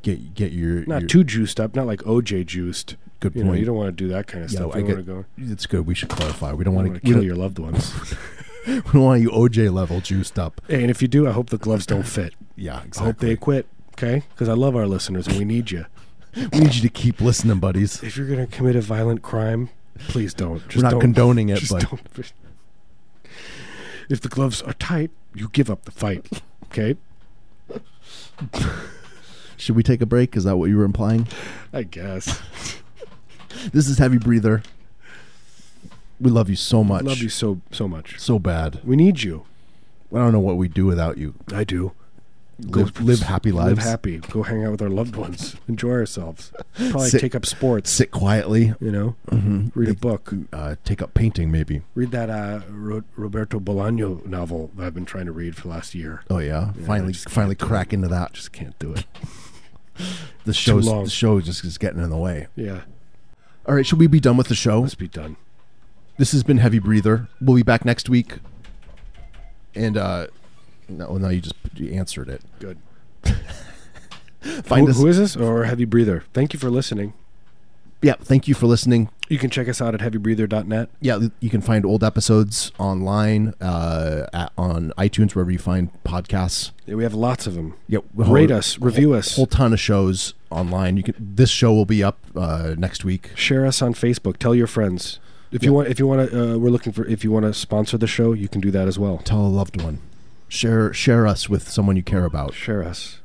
Speaker 3: get get your
Speaker 2: Not
Speaker 3: your-
Speaker 2: too juiced up. Not like OJ juiced.
Speaker 3: Good
Speaker 2: You know, you
Speaker 3: point.
Speaker 2: don't want to do that kind of
Speaker 3: Yeah,
Speaker 2: stuff.
Speaker 3: I
Speaker 2: You
Speaker 3: get-
Speaker 2: want to go.
Speaker 3: It's good. We should clarify. We don't
Speaker 2: You
Speaker 3: want
Speaker 2: want to
Speaker 3: to we
Speaker 2: kill
Speaker 3: don't,
Speaker 2: your loved ones.
Speaker 3: we don't want you OJ level juiced up.
Speaker 2: Hey, and if you do, I hope the gloves don't fit.
Speaker 3: Yeah,
Speaker 2: I hope
Speaker 3: exactly.
Speaker 2: they quit, okay? Because I love our listeners and we need you.
Speaker 3: we need you to keep listening, buddies.
Speaker 2: If you're going to commit a violent crime, please don't. Just
Speaker 3: we're not
Speaker 2: don't,
Speaker 3: condoning it,
Speaker 2: just
Speaker 3: but
Speaker 2: don't. If the gloves are tight, you give up the fight, okay?
Speaker 3: should we take a break? Is that what you were implying?
Speaker 2: I guess.
Speaker 3: This is heavy breather. We love you so much.
Speaker 2: Love you so so much.
Speaker 3: so bad.
Speaker 2: We need you.
Speaker 3: I don't know what we do without you.
Speaker 2: I do.
Speaker 3: Live, live happy lives.
Speaker 2: Live happy. Go hang out with our loved ones. Enjoy ourselves. Probably
Speaker 3: Sit-
Speaker 2: take up sports.
Speaker 3: Sit quietly. Mm-hmm.
Speaker 2: You know, read a book.
Speaker 3: Uh, take up painting, maybe.
Speaker 2: Read that uh, Ro- Roberto Bolaño novel that I've been trying to read for the last year.
Speaker 3: Oh yeah, finally,
Speaker 2: just
Speaker 3: finally crack into that.
Speaker 2: Just can't do it.
Speaker 3: The show's
Speaker 2: long.
Speaker 3: the show just is getting in the way.
Speaker 2: Yeah,
Speaker 3: All right, should we be done with the show?
Speaker 2: let's be done.
Speaker 3: This has been Heavy Breather. We'll be back next week. And uh no, no, you just you answered it.
Speaker 2: Good.
Speaker 3: Find
Speaker 2: Who-
Speaker 3: us.
Speaker 2: who is this? Or Heavy Breather? Thank you for listening.
Speaker 3: yeah, thank you for listening.
Speaker 2: You can check us out at heavybreather.net.
Speaker 3: Yeah, you can find old episodes online uh, at, on iTunes wherever you find podcasts.
Speaker 2: Yeah, we have lots of them.
Speaker 3: Yeah,
Speaker 2: Rate us, review us,
Speaker 3: Whole ton of shows online. You can. This show will be up uh, next week.
Speaker 2: share us on Facebook. Tell your friends. If you want, if you want to, uh, we're looking for. If you want to sponsor the show, you can do that as well.
Speaker 3: Tell a loved one. Share share us with someone you care about.
Speaker 2: Share us.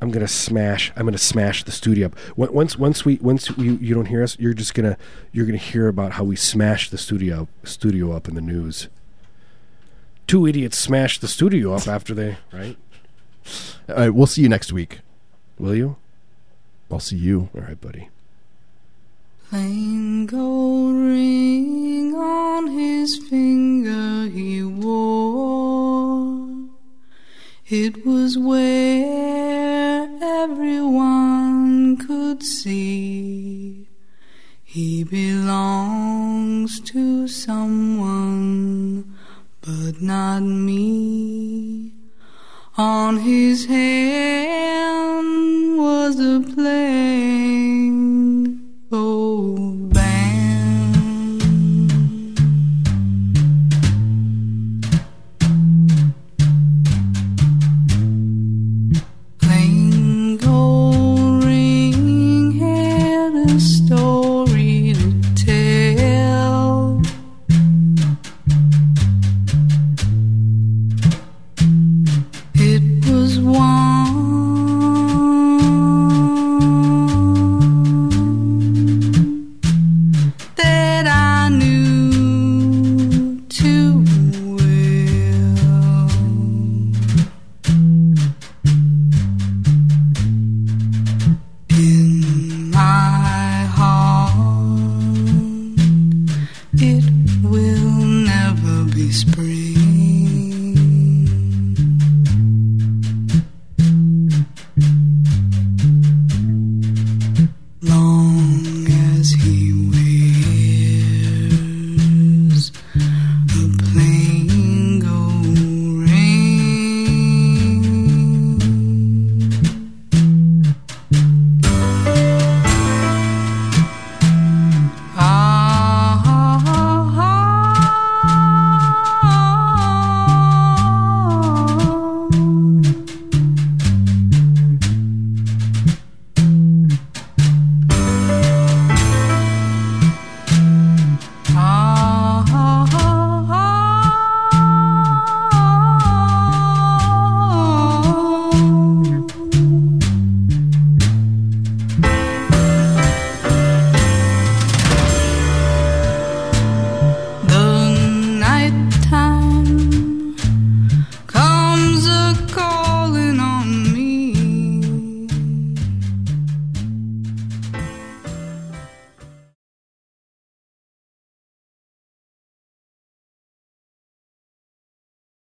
Speaker 2: I'm gonna smash. I'm gonna smash the studio up. When- Once, once we, once you, you don't hear us, you're just gonna, you're gonna hear about how we smashed the studio, studio up in the news. Two idiots smashed the studio up after they, right?
Speaker 3: All right, we'll see you next week.
Speaker 2: Will you?
Speaker 3: I'll see you.
Speaker 2: All right, buddy.
Speaker 1: Plain gold ring on his finger he wore. It was where everyone could see. He belongs to someone, but not me. On his hand was a play Ah, ah.